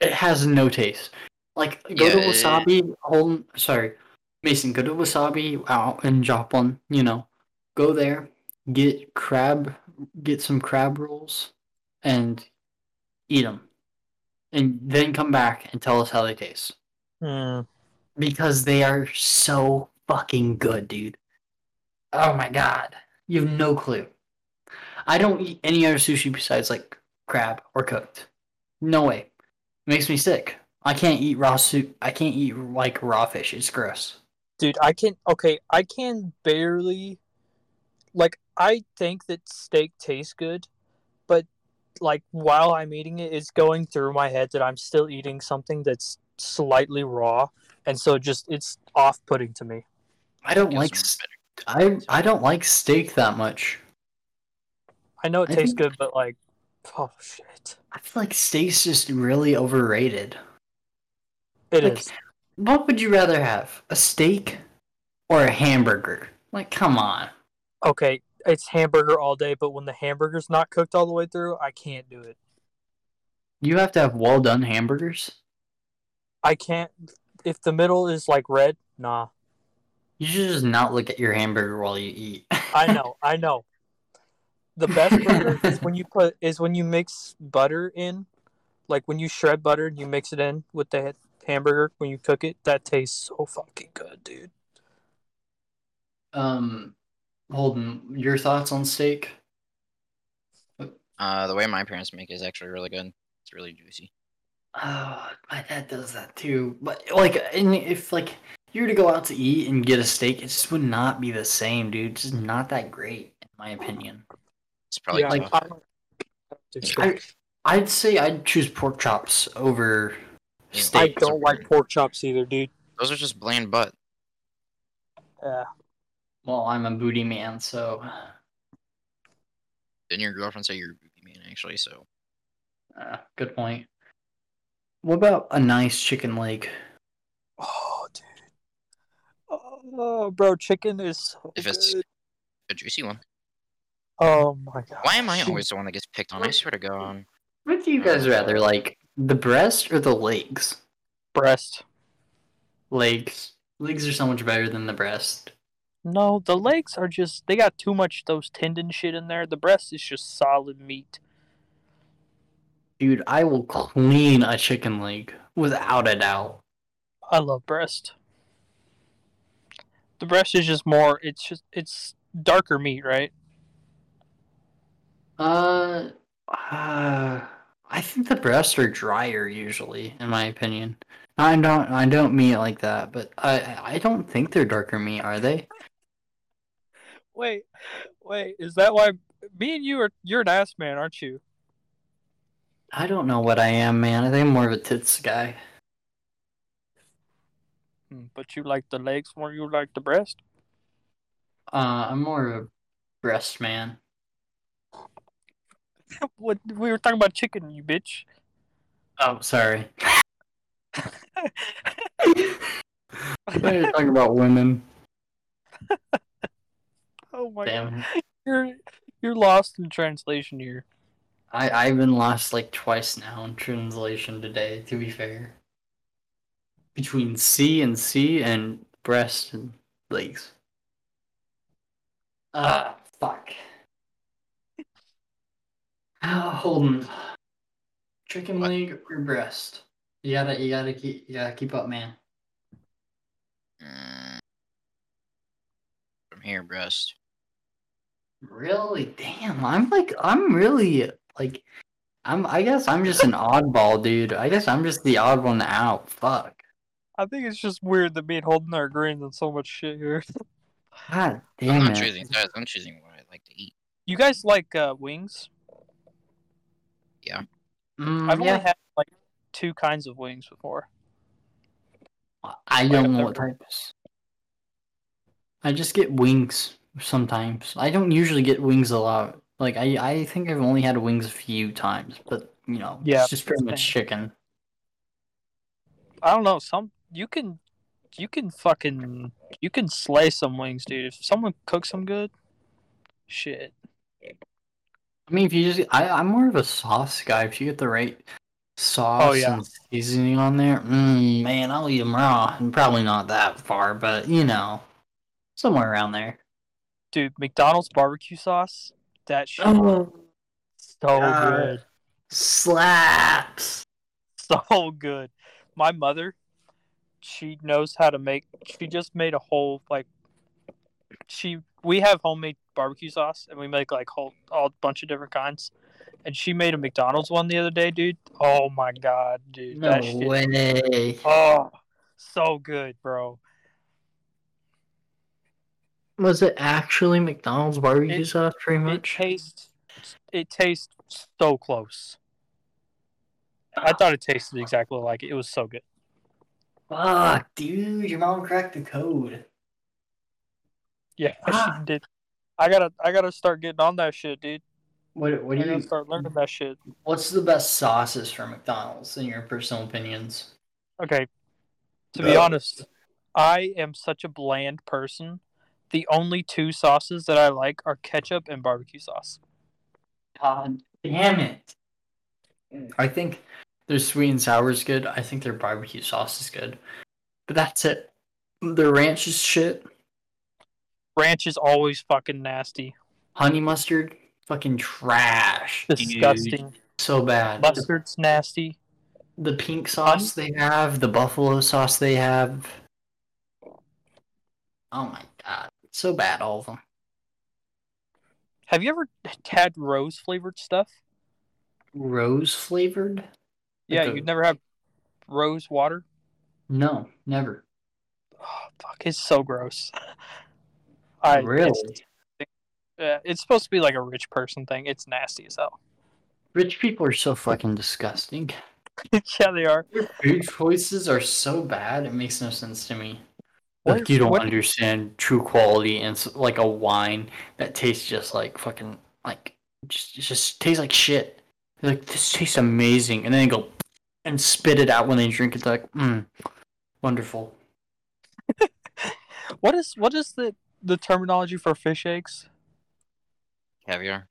It has no taste. Like go Yeah, to it- Wasabi, hold sorry, Mason, go to Wasabi out in Joplin, you know. Go there, get crab, get some crab rolls and eat them. And then come back and tell us how they taste Hmm. because they are so fucking good, dude. Oh my god. You have no clue. I don't eat any other sushi besides like crab or cooked. No way. It makes me sick. I can't eat raw soup. I can't eat like raw fish. It's gross. Dude, I can okay, I can barely like I think that steak tastes good, but like while I'm eating it, it's going through my head that I'm still eating something that's slightly raw, and so just it's off-putting to me. I don't Feels like much s- I I don't like steak that much. I know it I tastes think- good, but like, oh shit, I feel like steak's just really overrated. it is. Like- What would you rather have? A steak or a hamburger? Like come on. Okay, it's hamburger all day, but when the hamburger's not cooked all the way through, I can't do it. You have to have well done hamburgers. I can't. If the middle is like red, nah. You should just not look at your hamburger while you eat. I know, I know. The best burger is when you put is when you mix butter in, like when you shred butter and you mix it in with the ha- hamburger when you cook it. That tastes so fucking good, dude. um Holden, your thoughts on steak? Uh, the way my parents make it is actually really good. It's really juicy. Oh, my dad does that too. But like, and if like you were to go out to eat and get a steak, it just would not be the same, dude. It's just not that great, in my opinion. It's probably yeah, tough. I- Dude, I, I'd say I'd choose pork chops over Yeah. steak. I steaks don't are like weird. pork chops either, dude. Those are just bland butt. Yeah. Well, I'm a booty man, so Didn't your girlfriend say you're a booty man actually? So uh, good point. What about a nice chicken leg? Oh, dude. Oh, bro, chicken is so If it's- good. a juicy one. Oh my god. Why am I always the one that gets picked on? I swear to God. What do you guys rather like, the breast or the legs? breast? Legs. Legs are so much better than the breast. No, the legs are just they got too much those tendon shit in there. The breast is just solid meat. Dude, I will clean a chicken leg without a doubt. I love breast. The breast is just more it's just it's darker meat, right? Uh, uh, I think the breasts are drier usually, in my opinion. I don't, I don't mean it like that, but I, I don't think they're darker meat, are they? Wait. Wait, is that why me and you are you're an ass man, aren't you? I don't know what I am, man. I think I'm more of a tits guy. Hmm, But you like the legs more you like the breast? Uh, I'm more of a breast man. What we were talking about chicken, you bitch. Oh, sorry. we were talking about women. Oh my god. Damn, You're you're lost in translation here. I, I've been lost like twice now in translation today. To be fair, between C and C and breast and legs. Ah, fuck. Ah, Holden, chicken What? leg or breast? You gotta, you gotta keep, you gotta keep up, man. Mm. From here, breast. Really? Damn, I'm like I'm really like I'm I guess I'm just an oddball dude. I guess I'm just the odd one out. Fuck. I think it's just weird that me and Holden are agreeing on so much shit here. God I'm damn not it. choosing sides. I'm choosing what I like to eat. You guys like uh, wings? Mm, I've yeah. only had like two kinds of wings before. I don't know I've what types. I just get wings sometimes. I don't usually get wings a lot. Like I I think I've only had wings a few times, but you know, Yeah, it's just pretty same. much chicken. I don't know. Some you can, you can fucking you can slay some wings, dude. If someone cooks them good, shit. I mean, if you just, I, I'm more of a sauce guy. If you get the right sauce Oh, yeah. and seasoning on there, mm, man, I'll eat them raw. And probably not that far, but you know, somewhere around there. Dude, McDonald's barbecue sauce, that shit Oh, is so God. good, slaps. so good. My mother, she knows how to make. She just made a whole like. She we have homemade barbecue sauce and we make like whole all bunch of different kinds, and she made a McDonald's one the other day, dude. Oh my god, dude, No that shit way. Oh, so good, bro. Was it actually McDonald's barbecue It- sauce? Pretty It much. tastes it tastes so close. I thought it tasted exactly like it. It was so good. Fuck, dude, your mom cracked the code. Yeah, Ah. she did. I gotta, I gotta start getting on that shit, dude. What what I do gotta you start learning that shit. what's the best sauces from McDonald's in your personal opinions? Okay. To be Yeah. honest, I am such a bland person. The only two sauces that I like are ketchup and barbecue sauce. God damn it. I think their sweet and sour is good. I think their barbecue sauce is good. But that's it. Their ranch is shit. Ranch is always fucking nasty, Honey mustard, fucking trash. disgusting. So bad. The, Mustard's nasty. the pink sauce they have, the buffalo sauce they have. Oh my god. So bad, all of them. Have you ever had rose flavored stuff? Rose flavored? Yeah, the- you'd never have rose water. No, never. Oh, fuck, it's so gross. I really? It's, yeah, it's supposed to be like a rich person thing. It's nasty as hell. Rich people are so fucking disgusting. yeah, they are. Your food choices are so bad; it makes no sense to me. What- like you don't what- understand true quality, and s like a wine that tastes just like fucking like just just tastes like shit. They're like this tastes amazing, and then they go and spit it out when they drink it. They're like, mm, wonderful. What is what is the the terminology for fish eggs? Caviar.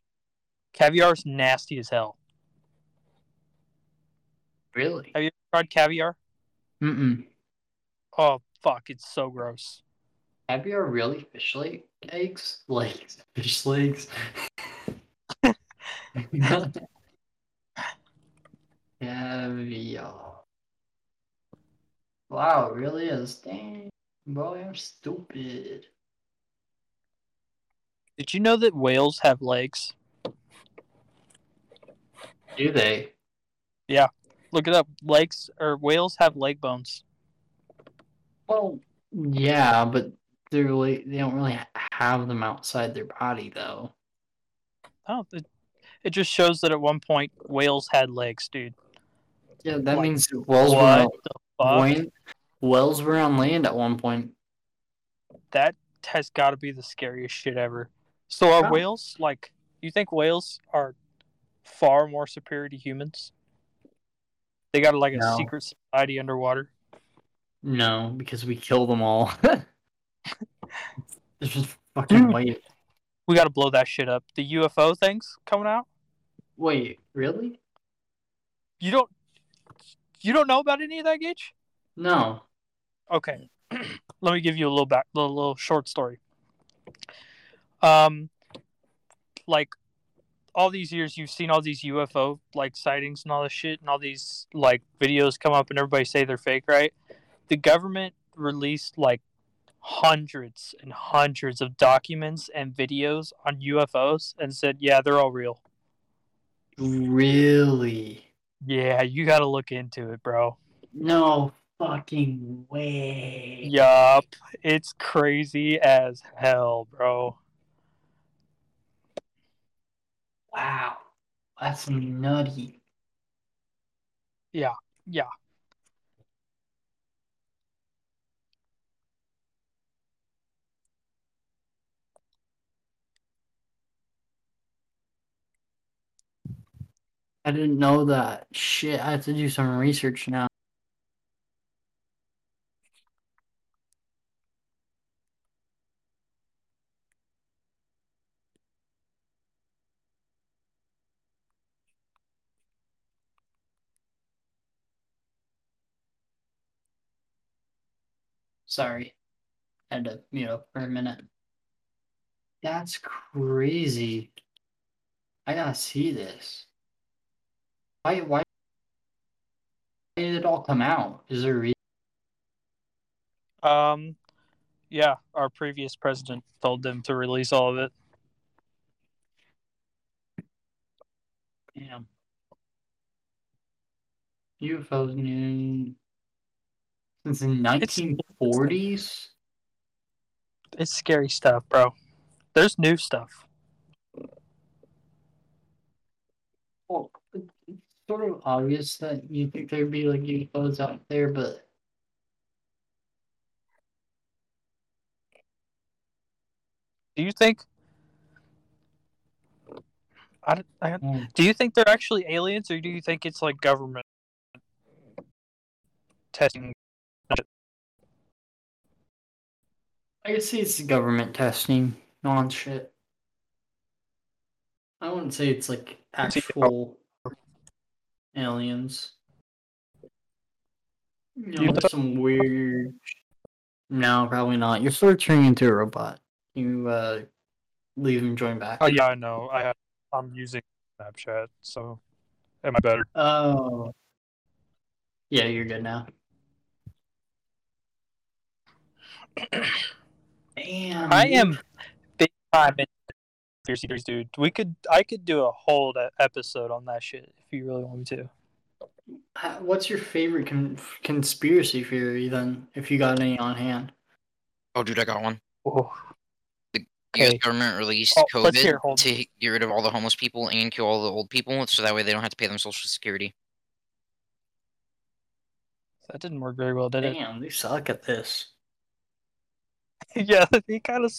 Caviar's nasty as hell. Really? Have you ever tried caviar? Mm-mm. Oh fuck, it's so gross. Caviar really fish leg eggs? Legs? Fish legs? Caviar. Wow, it really is. Dang, bro, I'm stupid. Did you know that whales have legs? Do they? Look it up. Legs or whales have leg bones. Well, yeah, but they really they don't really have them outside their body though. Oh, it, it just shows that at one point whales had legs, dude. Yeah, that Like, means that whales were uh, what on the fuck? land. Whales were on land at one point. That has got to be the scariest shit ever. So are Wow. whales like? You think whales are far more superior to humans? They got like a No. secret society underwater. No, because we kill them all. There's just fucking Dude. wait. We got to blow that shit up. The UFO things coming out. Wait, really? You don't. You don't know about any of that, Gage? No. Okay, let me give you a little back, little, little short story. Um, like all these years, you've seen all these UFO like sightings and all this shit, and all these like videos come up, and everybody say they're fake, right? The government released like hundreds and hundreds of documents and videos on UFOs, and said, yeah, they're all real. Really? Yeah, you got to look into it, bro. No fucking way. Yup, it's crazy as hell, bro. Wow. That's nutty. Yeah. I didn't know that. Shit, I have to do some research now. Sorry. Had to mute up for a minute. That's crazy. I gotta see this. Why? Why did it all come out? Is there a reason? Um, yeah, our previous president told them to release all of it. Damn. UFOs new since the nineteen forties. It's scary stuff, bro. There's new stuff. sort of obvious that you think there'd be like UFOs out there, but Do you think? I, don't- I, don't- do you think they're actually aliens, or do you think it's like government testing? I could see it's government testing on shit. I wouldn't say it's like It's a- actual aliens. You You know, there's some weird. No, probably not. You're sort of turning into a robot. You uh, leave and join back. Oh yeah, I know. I have, I'm using Snapchat, so am I better? Oh. Yeah, you're good now. Damn. I dude. am big time in conspiracy theories, dude. We could, I could do a whole e- episode on that shit if you really want me to. Ha- What's your favorite con- conspiracy theory then, if you got any on hand? Oh, dude, I got one. Oh, The Okay. U.S. government released Oh, let's hear it, COVID hold- to get rid of all the homeless people and kill all the old people, so that way they don't have to pay them Social Security. that didn't work very well, did it? Damn, they suck at this. yeah, they kind of,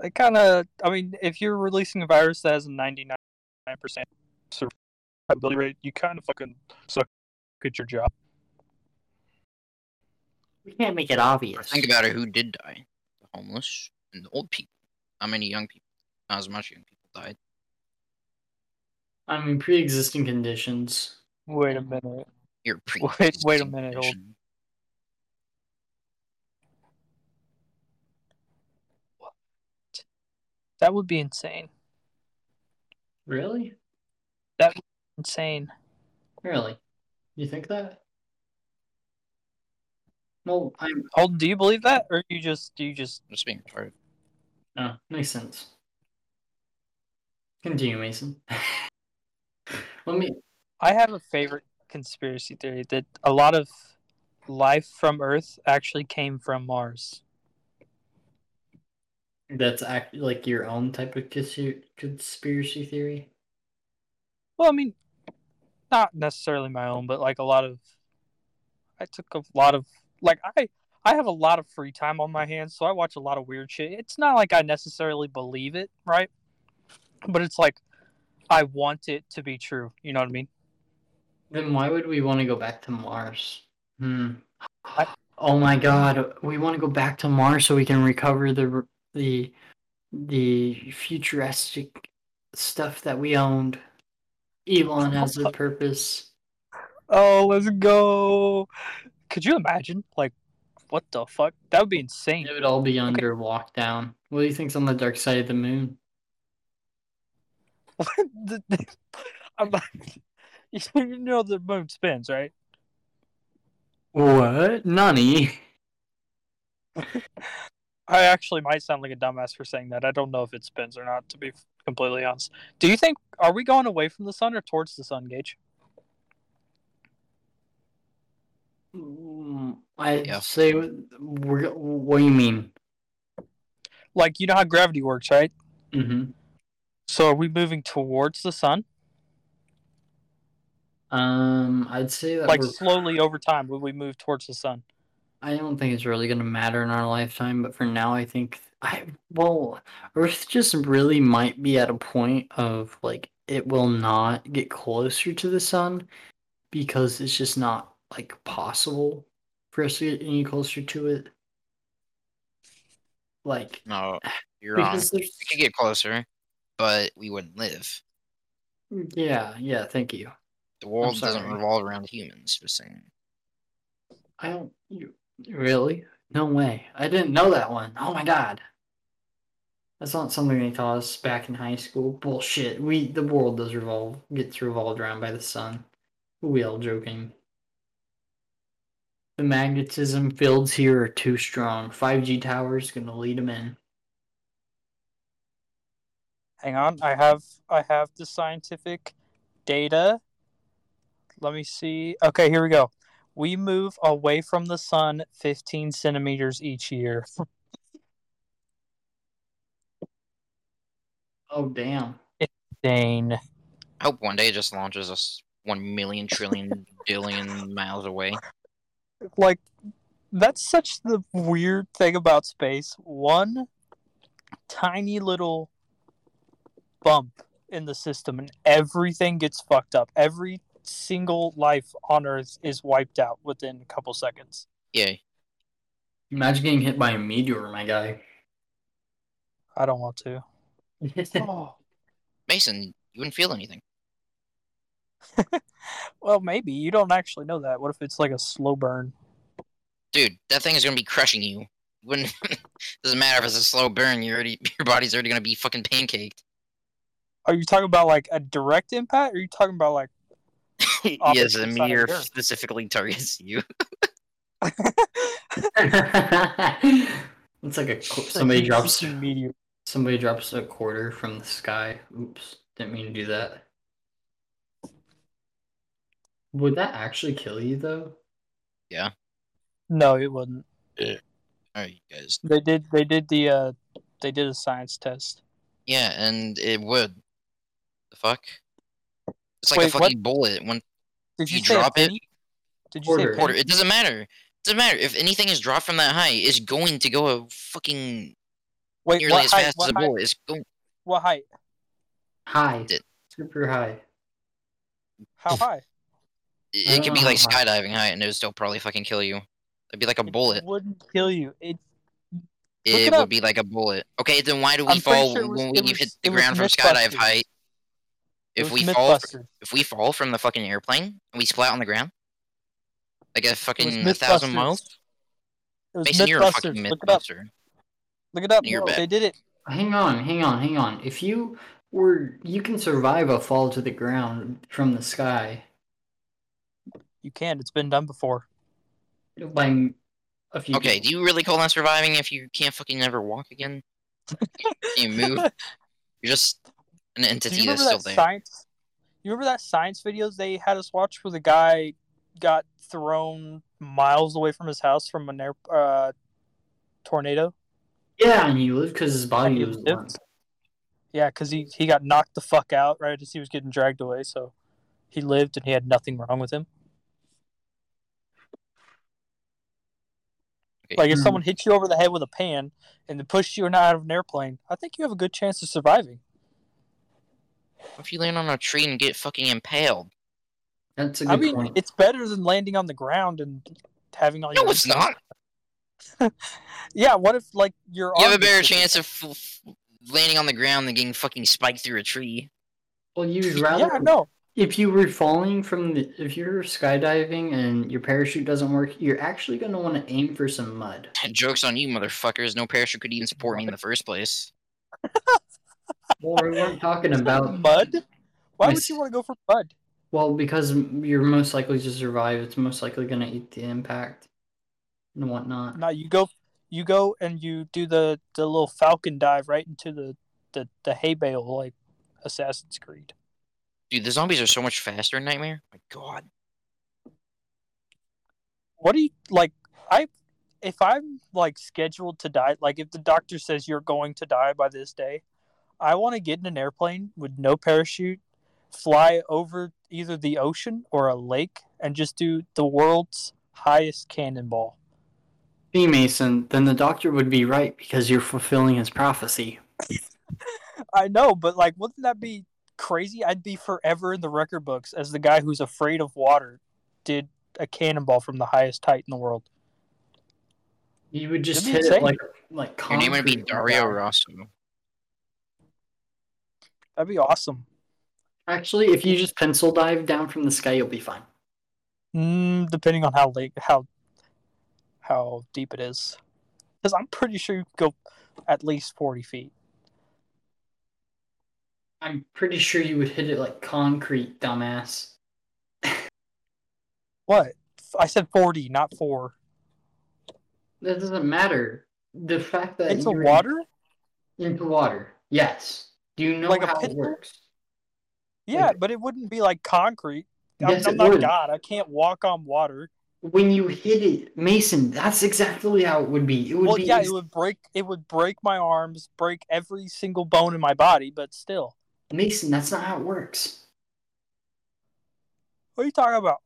they kind of. I mean, if you're releasing a virus that has a 99 percent survivability rate, you kind of fucking suck at your job. We can't make it obvious. Think about it. Who did die? The homeless and the old people. How many young people? Not as much young people died. I mean, pre-existing conditions. Wait a minute. Your pre. Wait- wait a minute, hold- condition. That would be insane. Really? Insane. Really? You think that? Well, I'm. Holden, do you believe that, or you just, do you just? I'm just being retarded. No, oh, makes sense. Continue, Mason. Let me. I have a favorite conspiracy theory that a lot of life from Earth actually came from Mars. That's act like your own type of conspir- conspiracy theory. Well, I mean, not necessarily my own, but like a lot of, I took a lot of like I I have a lot of free time on my hands, so I watch a lot of weird shit. It's not like I necessarily believe it, right? But it's like I want it to be true. You know what I mean? Then why would we want to go back to Mars? Hmm. I- Oh my God, we want to go back to Mars so we can recover the r- the the futuristic stuff that we owned. Elon has a purpose. Oh, let's go! Could you imagine? Like, what the fuck? That would be insane. It would all be under lockdown. What do you think's on the dark side of the moon? The- the- I'm like, you know the moon spins, right? What? Nani? I actually might sound like a dumbass for saying that. I don't know if it spins or not, to be completely honest. Do you think are we going away from the sun or towards the sun, Gage? Mm, I'd Yeah. say we're. What do you mean? Like you know how gravity works, right? hmm So are we moving towards the sun? Um, I'd say that Like we're slowly over time, would we move towards the sun? I don't think it's really going to matter in our lifetime, but for now, I think I well, Earth just really might be at a point of like it will not get closer to the sun because it's just not like possible for us to get any closer to it. Like No, you're wrong. because there's We could get closer, but we wouldn't live. yeah, yeah, thank you. The world doesn't sorry. revolve around humans. Just saying. I don't you really? No way. I didn't know that one. Oh my god. That's not something they taught us back in high school. Bullshit. We the world does revolve gets revolved around by the sun. We all joking. The magnetism fields here are too strong. 5G towers gonna lead them in. Hang on, I have I have the scientific data. Let me see. Okay, here we go. We move away from the sun 15 centimeters each year. Oh damn. Dane. Oh, I hope one day it just launches us one million trillion billion miles away. Like that's such the weird thing about space. One tiny little bump in the system and everything gets fucked up. Every single life on Earth is wiped out within a couple seconds. Yeah, Imagine getting hit by a meteor, my guy. I don't want to. Oh. Mason, you wouldn't feel anything. well, maybe. You don't actually know that. What if it's like a slow burn? Dude, that thing is gonna be crushing you. You Wouldn't doesn't matter if it's a slow burn. You already your body's already gonna be fucking pancaked. Are you talking about like a direct impact? Or are you talking about like yes, Opposite a side of meteor the earth. specifically targets you. it's like a qu- somebody drops meteor? somebody drops a quarter from the sky. Oops, didn't mean to do that. Would that actually kill you though? No, it wouldn't. All right, you guys. They did. They did the. uh They did a science test. Yeah, and it would. The fuck? It's like a Wait, what? fucking bullet. When Did you, You say a drop it? penny? Did you say a Quarter. penny? quarter, it doesn't matter. It doesn't matter if anything is dropped from that height. It's going to go a fucking Wait, nearly what as height, fast as what a height, bullet. It's going What height? High, Did- super high. How high? It it could be like Ah. Oh. skydiving height, and it would still probably fucking kill you. It'd be like a bullet. It wouldn't kill you. It. It, look it would up. be like a bullet. Okay, then why do we I'm pretty fall sure it was- when it we was- hit it the was ground from skydive Mythbusters. height? it If was we fall, fr- Mythbusters. if we fall from the fucking airplane and we splat on the ground, like a fucking a Mythbusters. thousand miles. It was Mason, you're a Mythbusters. fucking Look it up. mythbuster. Look it up. You're Look, back. they did it. Hang on, hang on, hang on. If you were, you can survive a fall to the ground from the sky You can. It's been done before. by a few. Okay, do you really call that surviving if you can't fucking never walk again? you move. You're just an Do entity you that's remember still there. that science? You remember that science videos they had us watch where the guy got thrown miles away from his house from an air uh, tornado? Yeah, and you live because his body you was live. blunt. Yeah, because he, he got knocked the fuck out right as he was getting dragged away. So he lived and he had nothing wrong with him. Okay. Like if Hmm. someone hit you over the head with a pan and then pushed you out of an airplane, I think you have a good chance of surviving. What if you land on a tree and get fucking impaled? That's a good I mean, point. it's better than landing on the ground and having all your. No, it's not. Yeah, what if like your You have a arm gets better hit? chance of f- f- landing on the ground than getting fucking spiked through a tree. well, you'd rather Yeah, no. if you were falling from the if you're skydiving and your parachute doesn't work, you're actually going to want to aim for some mud. Joke's on you, motherfuckers. No parachute could even support me in the first place. Well, we weren't talking about mud. Why would Miss- you want to go for mud? well because you're most likely to survive. It's most likely going to eat the impact and whatnot. No, you go, you go and you do the the little falcon dive right into the the, the hay bale like Assassin's Creed. Dude, the zombies are so much faster in Nightmare. My God. What do you like? I if I'm like scheduled to die, like if the doctor says you're going to die by this day, I want to get in an airplane with no parachute, fly over either the ocean or a lake, and just do the world's highest cannonball. Be Mason, then the doctor would be right because you're fulfilling his prophecy. I know, but like, wouldn't that be crazy? I'd be forever in the record books as the guy who's afraid of water did a cannonball from the highest height in the world. You would just That'd be hit it insane. like like Your name would be concrete, my Dario guy. Rosso. That'd be awesome. Actually, if you just pencil dive down from the sky, you'll be fine. Mm, depending on how late, how how deep it is, because I'm pretty sure you could go at least forty feet. I'm pretty sure you would hit it like concrete, dumbass. What? I said forty, not four. That doesn't matter. The fact that Into you're water? into water. Yes. Do you know Like a how pit it bull? works? Yeah, but it wouldn't be like concrete. I'm, Yes, I'm it not would. God. I can't walk on water. When you hit it, Mason, that's exactly how it would be. It would Well, be yeah, it would break. It would break my arms, break every single bone in my body, but still. Mason, that's not how it works. What are you talking about?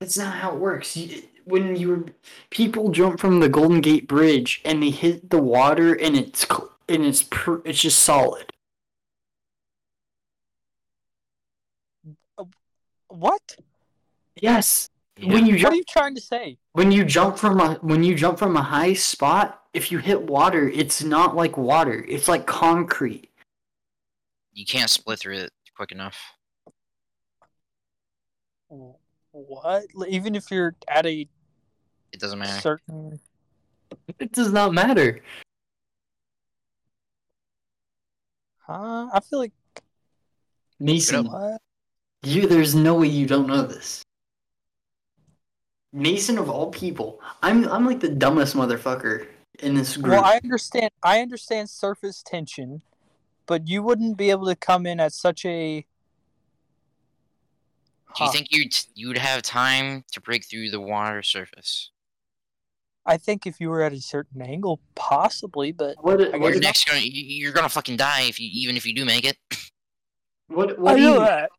That's not how it works. You, when you were, people jump from the Golden Gate Bridge and they hit the water and it's cl- and it's pr- it's just solid. What? Yes. Yeah. When you What are jump you trying to say? when you jump from a when you jump from a high spot, if you hit water, it's not like water. It's like concrete. You can't split through it quick enough. What? Like, Even if you're at a It doesn't matter. certain. It does not matter. Huh? I feel like. Mason, What? you there's no way you don't know this. Mason of all people, I'm I'm like the dumbest motherfucker in this group. Well, I understand. I understand surface tension, but you wouldn't be able to come in at such a. Do you Huh. think you'd you'd have time to break through the water surface? I think if you were at a certain angle, possibly, but what what You're next gonna you- you're gonna fucking die if you even if you do make it. what what I do know uh, you that.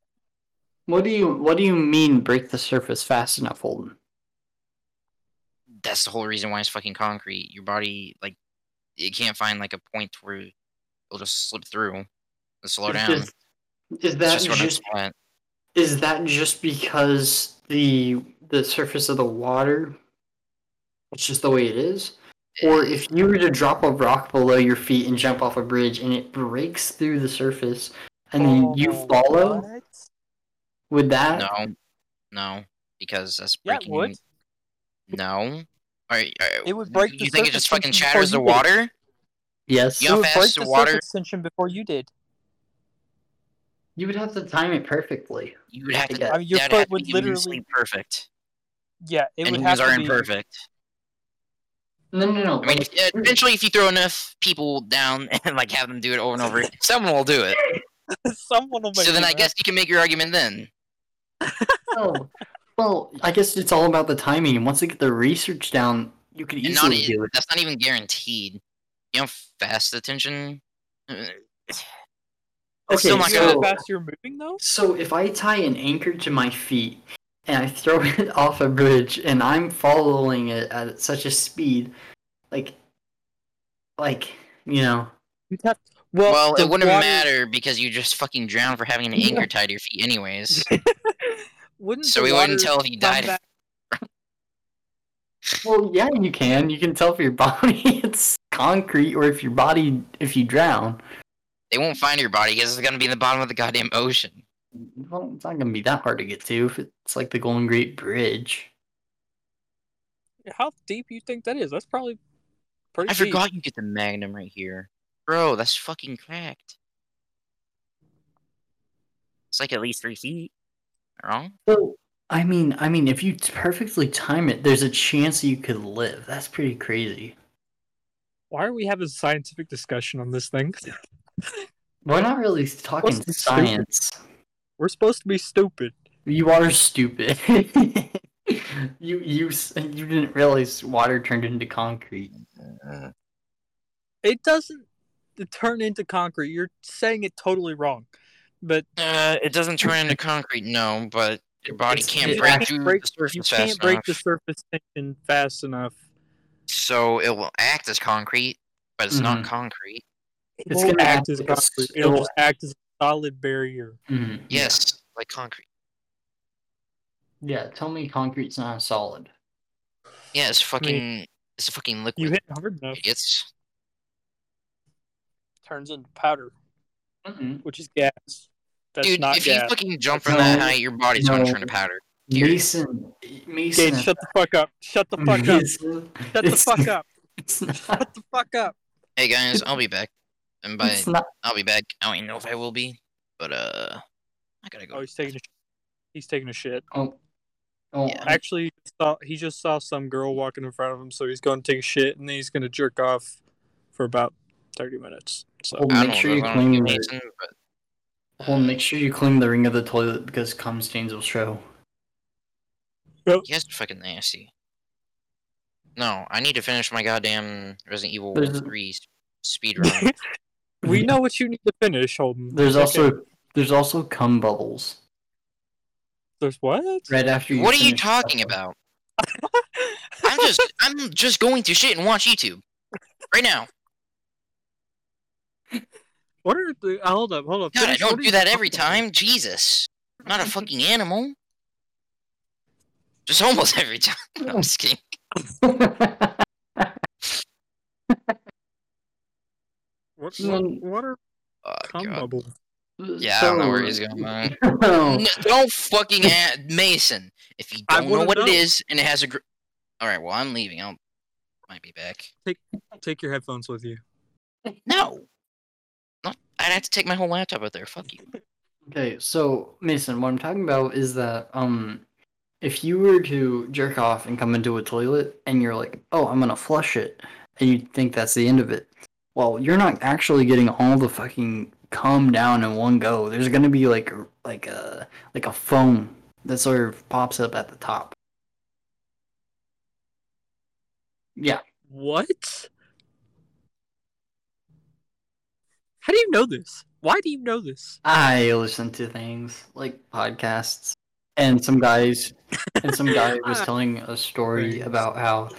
what do you what do you mean break the surface fast enough, Holden? That's the whole reason why it's fucking concrete. Your body like it can't find like a point where it'll just slip through and slow It's down. just- Is It's that just gonna just split. Is that just because the the surface of the water it's just the way it is? Or if you were to drop a rock below your feet and jump off a bridge and it breaks through the surface and then you Oh, follow what? with that? no, no, because that's Yeah, it breaking. would. No. All right, It would break the You think it surface just fucking before shatters you the did it. water? Yes. Yeah. It would fast break the the water- surface tension before you did. You would have to time it perfectly. You would have to. Yeah. I mean, your that'd foot have to would be human literally- sleep perfect, Yeah, it and would humans have are to be. imperfect. No no no. I mean, like, if, uh, eventually, if you throw enough people down and like have them do it over and over, someone will do it. Someone will make So then, you I mad. guess you can make your argument then. no. well, I guess it's all about the timing and once they get the research down, you could And not, e, easily do it. that's not even guaranteed. You know, fast attention. Uh, It's still not You gonna. know so- how fast you're moving though? So if I tie an anchor to my feet and I throw it off a bridge and I'm following it at such a speed, like, like you know, You'd have. Well, Well, the it wouldn't water- matter because you just fucking drown for having an Yeah. anchor tied to your feet, anyways. Wouldn't so the we wouldn't water tell if you come died. back- well, yeah, you can. You can tell if your body it's concrete or if your body if you drown. They won't find your body because it's gonna be in the bottom of the goddamn ocean. Well, it's not gonna be that hard to get to if it's like the Golden Gate Bridge. How deep you think that is? That's probably pretty. I deep. forgot you get the magnum right here, bro. That's fucking cracked. It's like at least three feet. Wrong. So I mean, I mean, if you perfectly time it, there's a chance you could live. That's pretty crazy. Why are we having a scientific discussion on this thing? We're not really talking What's the stupid- science. We're supposed to be stupid. You are stupid. you you s- you didn't realize water turned into concrete. Uh, It doesn't turn into concrete. You're saying it totally wrong. But Uh, it doesn't turn into concrete, no, but your body It's- can't it break can't through break- the surface you fast can't break enough, the surface tension fast enough. so it will act as concrete, but it's not Mhm. concrete. It It's won't gonna act act as like a s- concrete. it It'll will- just act as a solid barrier. Mhm. Yes, like concrete. Yeah. Tell me, concrete's not solid. Yeah, it's fucking. It's a fucking You liquid. hit it hard enough, It's turns into powder, Mm-mm. which is gas. That's dude. not If you gas. fucking jump from No, that height, your body's gonna no. turn to powder. Mason, Mason, Gage, shut the fuck up. Shut the fuck up. Mason, Shut the it's- fuck up. It's not. Shut the fuck up. Hey guys, I'll be back. And by It's not. I'll be back. I don't even know if I will be, but uh, I gotta go. Oh, he's taking a he's taking a shit. Oh, oh, Yeah. Actually, he just saw, he just saw some girl walking in front of him, so he's going to take a shit and then he's going to jerk off for about thirty minutes. So Hold I on, don't make know sure if you I wanna be clean the. Mason, but Hold on, make sure you clean the ring of the toilet because cum stains will show. You guys are fucking nasty. No, I need to finish my goddamn Resident Evil There's a- 3 s- speedrun. we know what you need to finish, Holden. There's Okay. also there's also cum bubbles. There's what? right after you. What are you finish talking that. about? I'm just I'm just going through shit and watch YouTube right now. What are the? uh, Hold up, hold up. God, I finish, what don't are do you that every talking about? time. Jesus, I'm not a fucking animal. Just almost every time. No, I'm just kidding. What, Um, what, what are Oh, cum God. bubbles? Yeah, I don't know where he's going. with that. No. No, don't fucking a Mason. If you I don't know wouldn't what it know. is and it has a. Gr- All right, well I'm leaving. I'll might be back. Take your headphones with you. No, not. I'd have to take my whole laptop out there. Fuck you. Okay, so Mason, what I'm talking about is that um, if you were to jerk off and come into a toilet and you're like, "Oh, I'm gonna flush it," and you think that's the end of it, well, you're not actually getting all the fucking cum down in one go. There's gonna be like a- like a like a foam that sort of pops up at the top. Yeah, What? How do you know this? Why do you know this? I listen to things like podcasts, and some guys, and some guy was telling a story Right. about how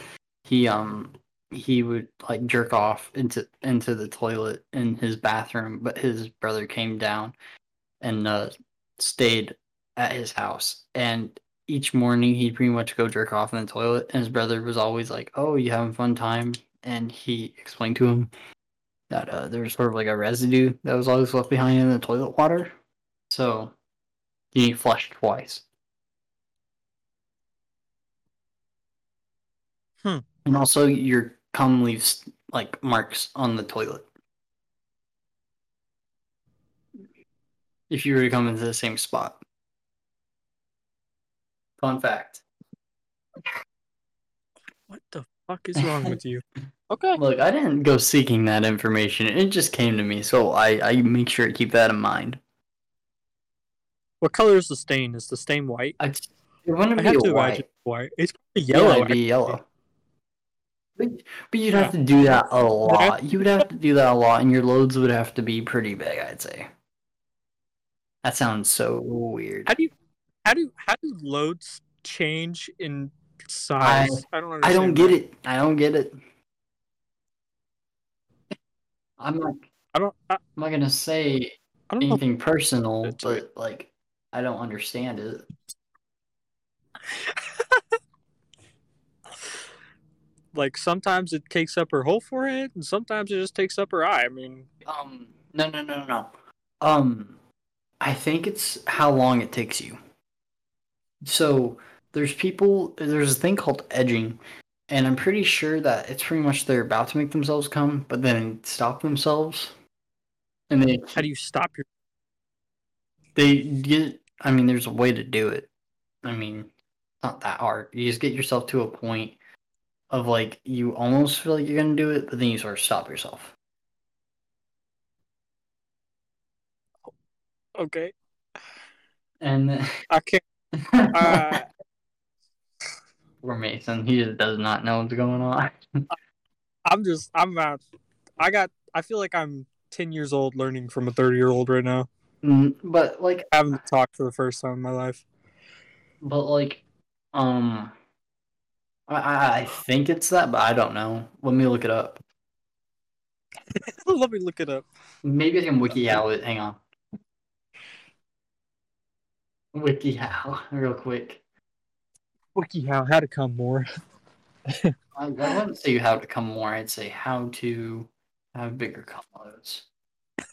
he um he would like jerk off into into the toilet in his bathroom, but his brother came down and uh, stayed at his house, and each morning he'd pretty much go jerk off in the toilet, and his brother was always like, "Oh, you having fun time?" And he explained to him that uh, there was sort of like a residue that was always left behind in the toilet water. So you need to flush twice. Hmm. And also, your cum leaves like marks on the toilet. If you were to come into the same spot. Fun fact. What the fuck is wrong with you? Okay. Look, I didn't go seeking that information. It just came to me, so I, I make sure to keep that in mind. What color is the stain? Is the stain white? I, it wouldn't I be have a to white. imagine white. It's probably Yeah, yellow. it'd be yellow. But, but you'd have to do that a Okay. lot. You would have to do that a lot, and your loads would have to be pretty big, I'd say. That sounds so weird. How do you? How do? How do loads change in size? I, don't. Understand I don't get that. it. I don't get it. I'm not, I'm I don't. I, not gonna say I don't know. anything personal, It's but like, I don't understand it. Like sometimes it takes up her whole forehead, and sometimes it just takes up her eye. I mean, Um, no, no, no, no, no. Um, I think it's how long it takes you. So there's people. There's a thing called edging, and I'm pretty sure that it's pretty much they're about to make themselves come, but then stop themselves, and they how do you stop your? they get. I mean, there's a way to do it. I mean, it's not that hard. You just get yourself to a point of like you almost feel like you're gonna do it, but then you sort of stop yourself. Okay, And then, I can't. Uh, Poor Mason, he just does not know what's going on. I'm just. I'm out. I got. I feel like I'm ten years old learning from a thirty year old right now. Mm, but like, Having to talk for the first time in my life. but like, um, I- I I think it's that, but I don't know. Let me look it up. Let me look it up. Maybe I can WikiHow it. Hang on. WikiHow, real quick. WikiHow, how to come more. I, I wouldn't say how to come more. I'd say how to have bigger cum loads.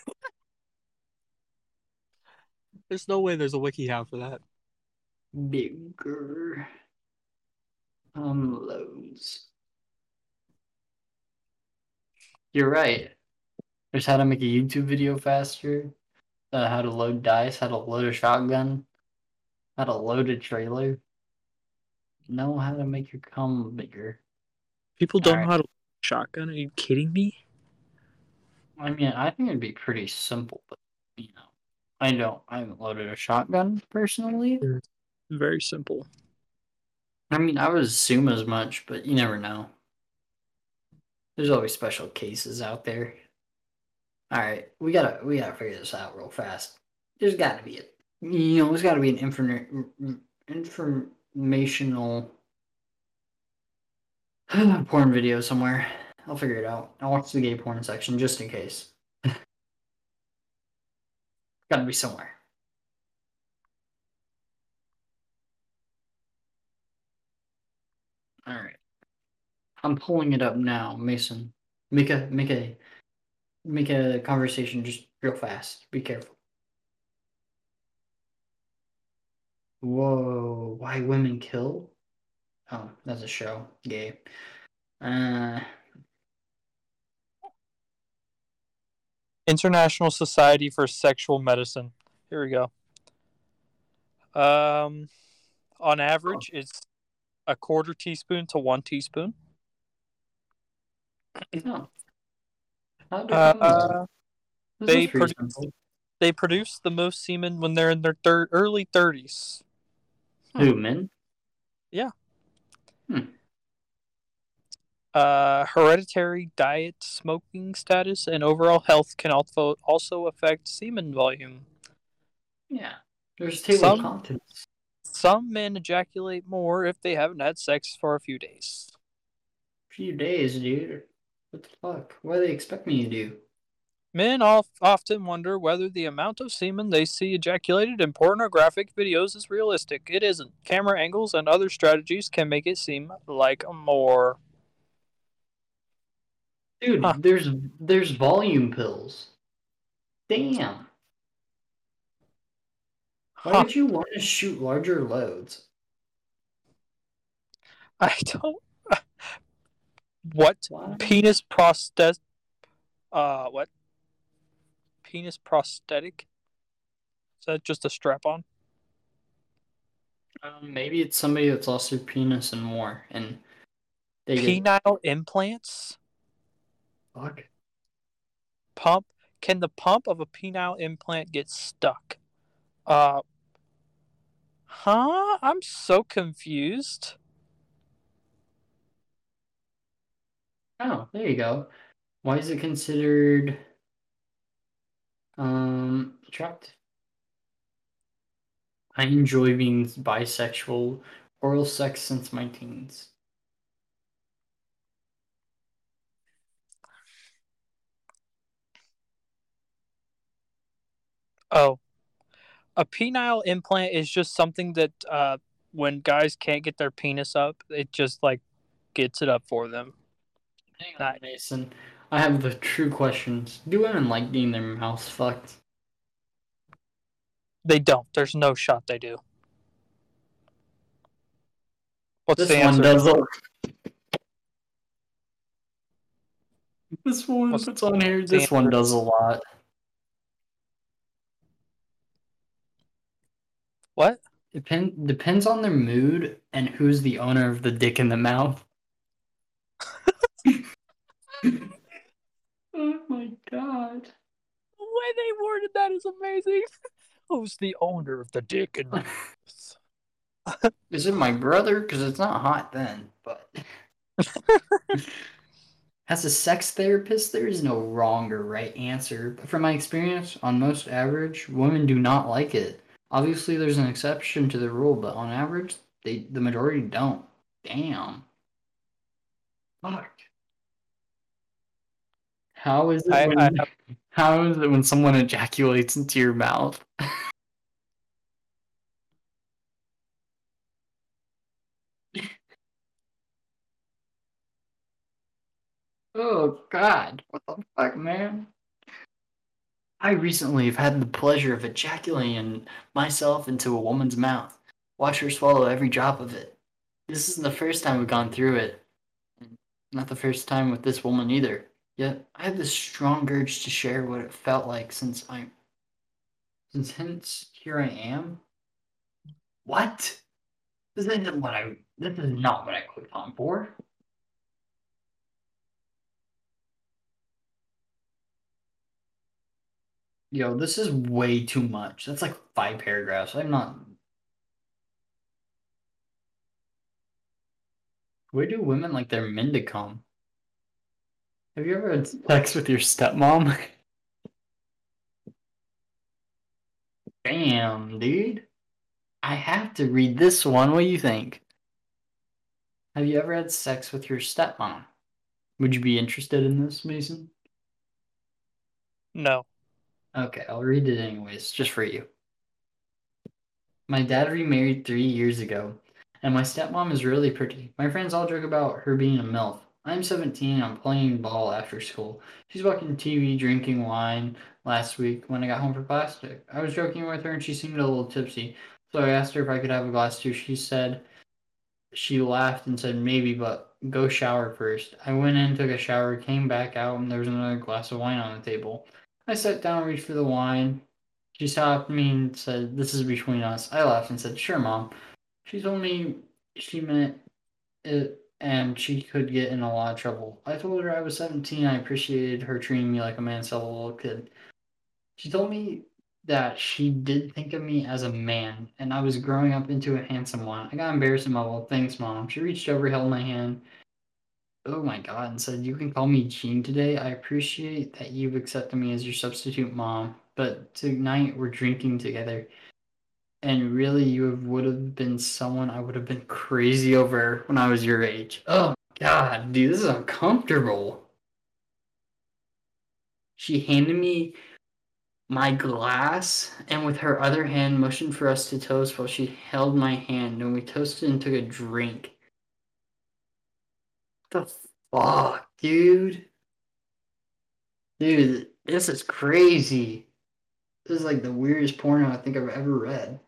There's no way there's a WikiHow for that. Bigger cum loads. You're right. There's how to make a YouTube video faster, uh, how to load dice, how to load a shotgun, how to load a trailer. Know how to make your cum bigger. People don't Alright. know how to shotgun. Are you kidding me? I mean, I think it'd be pretty simple, but you know, I don't. I haven't loaded a shotgun personally. Very simple. I mean, I would assume as much, but you never know. There's always special cases out there. All right, we gotta we gotta figure this out real fast. There's gotta be a you know, there's got to be an inform- informational porn video somewhere. I'll figure it out. I'll watch the gay porn section just in case. got to be somewhere. All right. I'm pulling it up now, Mason. Make a make a make a conversation just real fast. Be careful. Whoa, why women kill? Oh, that's a show. Gay. Uh International Society for Sexual Medicine. Here we go. Um, on average, it's a quarter teaspoon to one teaspoon. no. oh. How do Uh, This they is produce- reasonable. they produce the most semen when they're in their thir- early 30s. Who, men? Uh, hereditary diet, smoking status, and overall health can alfo- also affect semen volume. Yeah. There's table Some- of contents. Some men ejaculate more if they haven't had sex for a few days. Few days, dude. What the fuck? What do they expect me to do? Men of- often wonder whether the amount of semen they see ejaculated in pornographic videos is realistic. It isn't. Camera angles and other strategies can make it seem like more. Dude, Huh. there's there's volume pills. Damn. Why Huh. would you want to shoot larger loads? I don't. what Why? penis prosthetic? Uh, what penis prosthetic? Is that just a strap-on? Um, maybe it's somebody that's lost their penis and more, and they get Penile implants fuck. pump. Can the pump of a penile implant get stuck? Uh, huh? I'm so confused. Oh, there you go. Why is it considered um attractive? I enjoy being bisexual, oral sex since my teens. Oh, a penile implant is just something that uh, when guys can't get their penis up, it just like gets it up for them. Hang on, Nice. Mason. I have the true questions. Do women like getting their mouths fucked? They don't. There's no shot they do. What's This the one answer? does look. This one What's- puts on here. the This one answer? does a lot. What? Depend depends on their mood and who's the owner of the dick in the mouth. oh my god. The way they worded that is amazing. Who's the owner of the dick and Is it my brother? Because it's not hot then, but as a sex therapist, there is no wrong or right answer. But from my experience, on most average, women do not like it. Obviously, there's an exception to the rule, but on average, they the majority don't. Damn. Fuck. How is it I- when, I how is it when someone ejaculates into your mouth? Oh God! What the fuck, man? I recently have had the pleasure of ejaculating myself into a woman's mouth. Watch her swallow every drop of it. This isn't the first time we've gone through it. Not the first time with this woman either. Yet I have this strong urge to share what it felt like since I'm. Since hence here I am. What? This isn't what I. This is not what I clicked on for. Yo, this is way too much. That's like five paragraphs. I'm not. Where do women like their men to come? Have you ever had sex with your stepmom? Damn, dude. I have to read this one. What do you think? Have you ever had sex with your stepmom? Would you be interested in this, Mason? No. Okay, I'll read it anyways, just for you. My dad remarried three years ago, and my stepmom is really pretty. My friends all joke about her being a MILF. I'm 17 I'm playing ball after school. She's watching TV, drinking wine last week when I got home for plastic. I was joking with her and she seemed a little tipsy, so I asked her if I could have a glass too. She said she laughed and said maybe, but go shower first. I went in, took a shower, came back out, and there was another glass of wine on the table. I sat down, reached for the wine. She stopped me and said, This is between us. I laughed and said, Sure, mom. She told me she meant it and she could get in a lot of trouble. I told her I was 17. I appreciated her treating me like a man, so a little kid. She told me that she did think of me as a man and I was growing up into a handsome one. I got embarrassed in my little things, mom. She reached over, held my hand. Oh my god, and said, You can call me Jean today. I appreciate that you've accepted me as your substitute mom, but tonight we're drinking together. And really, you would have been someone I would have been crazy over when I was your age. Oh god, dude, this is uncomfortable. She handed me my glass and with her other hand motioned for us to toast while she held my hand and we toasted and took a drink. What the fuck, dude? Dude, this is crazy. This is like the weirdest porno I think I've ever read.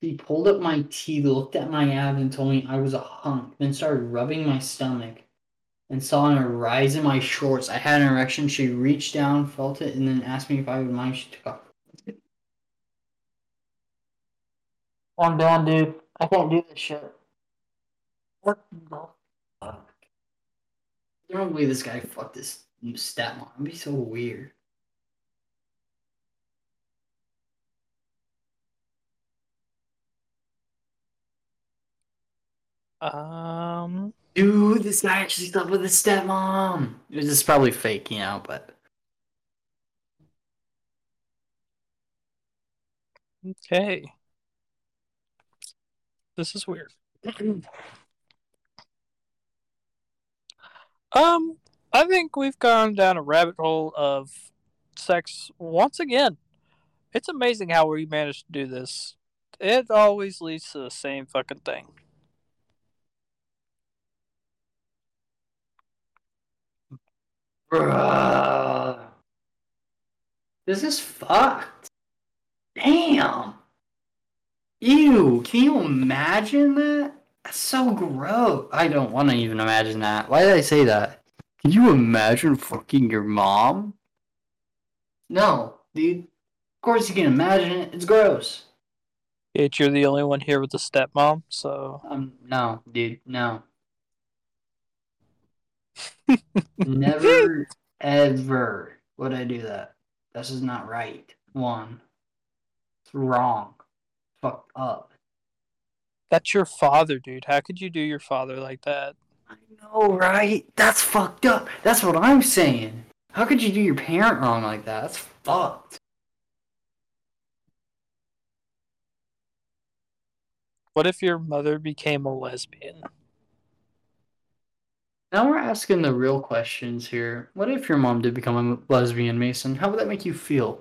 She pulled up my teeth, looked at my abs, and told me I was a hunk, then started rubbing my stomach and saw an rise in my shorts. I had an erection. She reached down, felt it, and then asked me if I would mind. She took off. I'm done, dude. I can't do this shit. What the fuck? I don't believe this guy fucked this stepmom. It'd be so weird. Um. Dude, this guy actually slept with his stepmom. This is probably fake, you know, but Okay. This is weird. um, I think we've gone down a rabbit hole of sex once again. It's amazing how we managed to do this. It always leads to the same fucking thing. Bruh. This is fucked. Damn. Ew, can you imagine that? That's so gross. I don't want to even imagine that. Why did I say that? Can you imagine fucking your mom? No, dude. Of course you can imagine it. It's gross. Yet you're the only one here with a stepmom, so Um, no, dude, no. Never, ever would I do that. This is not right. One, it's wrong. Fucked up. that's your father, dude. How could you do your father like that? I know, right? That's fucked up. That's what I'm saying. How could you do your parent wrong like that? That's fucked. What if your mother became a lesbian? Now we're asking the real questions here. What if your mom did become a lesbian, Mason? How would that make you feel?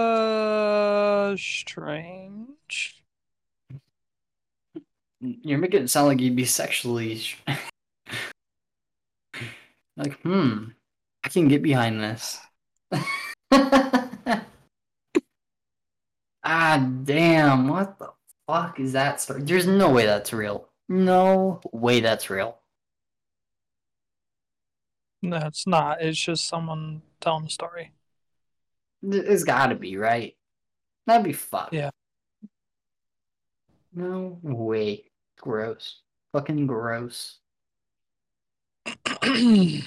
Uh, strange. You're making it sound like you'd be sexually. sh- like, hmm, I can get behind this. ah, damn, what the fuck is that story? There's no way that's real. No way that's real. No, it's not. It's just someone telling a story. Th- It's gotta be, right? That'd be fucked. Yeah. No way. Gross. Fucking gross.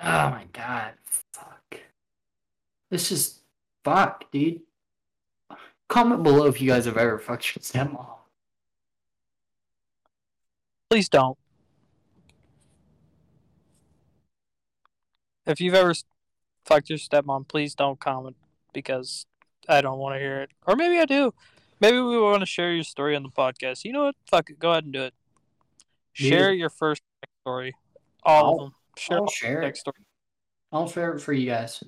Oh my god, fuck. This is fuck, dude. Comment below if you guys have ever fucked your stepmom. Please don't. If you've ever s- fucked your stepmom, please don't comment because I don't want to hear it. Or maybe I do. Maybe we want to share your story on the podcast. You know what? Fuck it. Go ahead and do it. Yeah. Share your first sex story. All of I'll- them. Share I'll all share your sex it. story. I'll share it for you guys.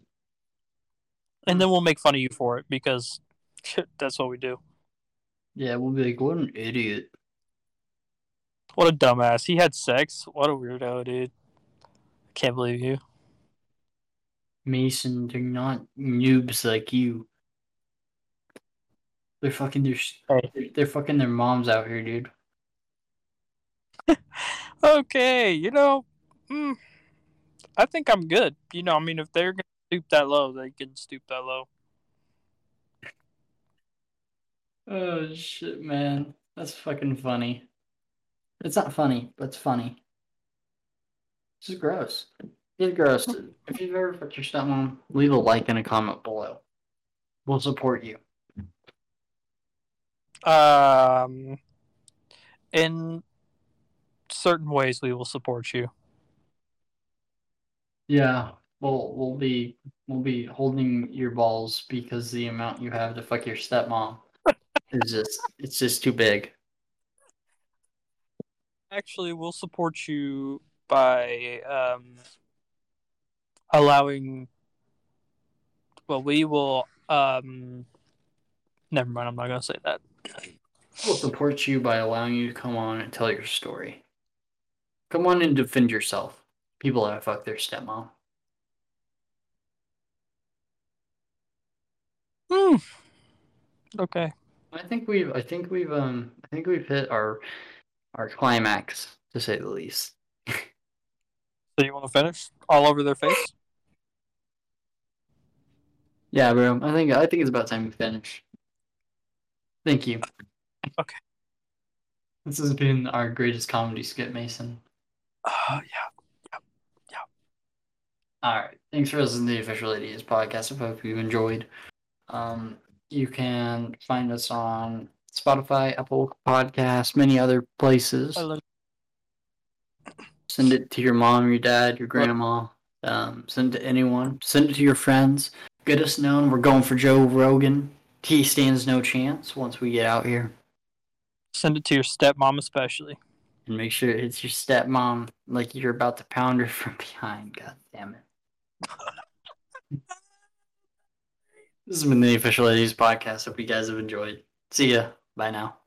And then we'll make fun of you for it because that's what we do. Yeah, we'll be like, what an idiot. What a dumbass. He had sex. What a weirdo, dude. I can't believe you. Mason, they're not noobs like you. They're fucking their sh- Hey. they're, they're fucking their moms out here, dude. Okay, you know, mm, I think I'm good. You know, I mean, if they're going to stoop that low, they can stoop that low. Oh shit, man, that's fucking funny. It's not funny, but it's funny. This is gross. It's gross. If you've ever put your stepmom, leave a like and a comment below. We'll support you. Um, in certain ways, we will support you. Yeah, we'll we'll be we'll be holding your balls because the amount you have to fuck your stepmom is just it's just too big. Actually, we'll support you by um, allowing. Well, we will. Um, never mind. I'm not going to say that. We'll support you by allowing you to come on and tell your story. Come on and defend yourself. People that fuck their stepmom. Hmm. Okay. I think we've I think we've um I think we've hit our our climax to say the least. So you want to finish all over their face? Yeah, bro. I think I think it's about time we finish. Thank you. Okay. This has been our greatest comedy skit, Mason. Uh, yeah. All right. Thanks for listening to the Official Idiots podcast. I hope you've enjoyed. Um, you can find us on Spotify, Apple Podcasts, many other places. I love- Send it to your mom, your dad, your grandma. Um, send it to anyone. Send it to your friends. Get us known. We're going for Joe Rogan. He stands no chance once we get out here. Send it to your stepmom, especially. And make sure it's your stepmom, like you're about to pound her from behind. God damn it. this has been the official ladies podcast. Hope you guys have enjoyed. See ya. Bye now.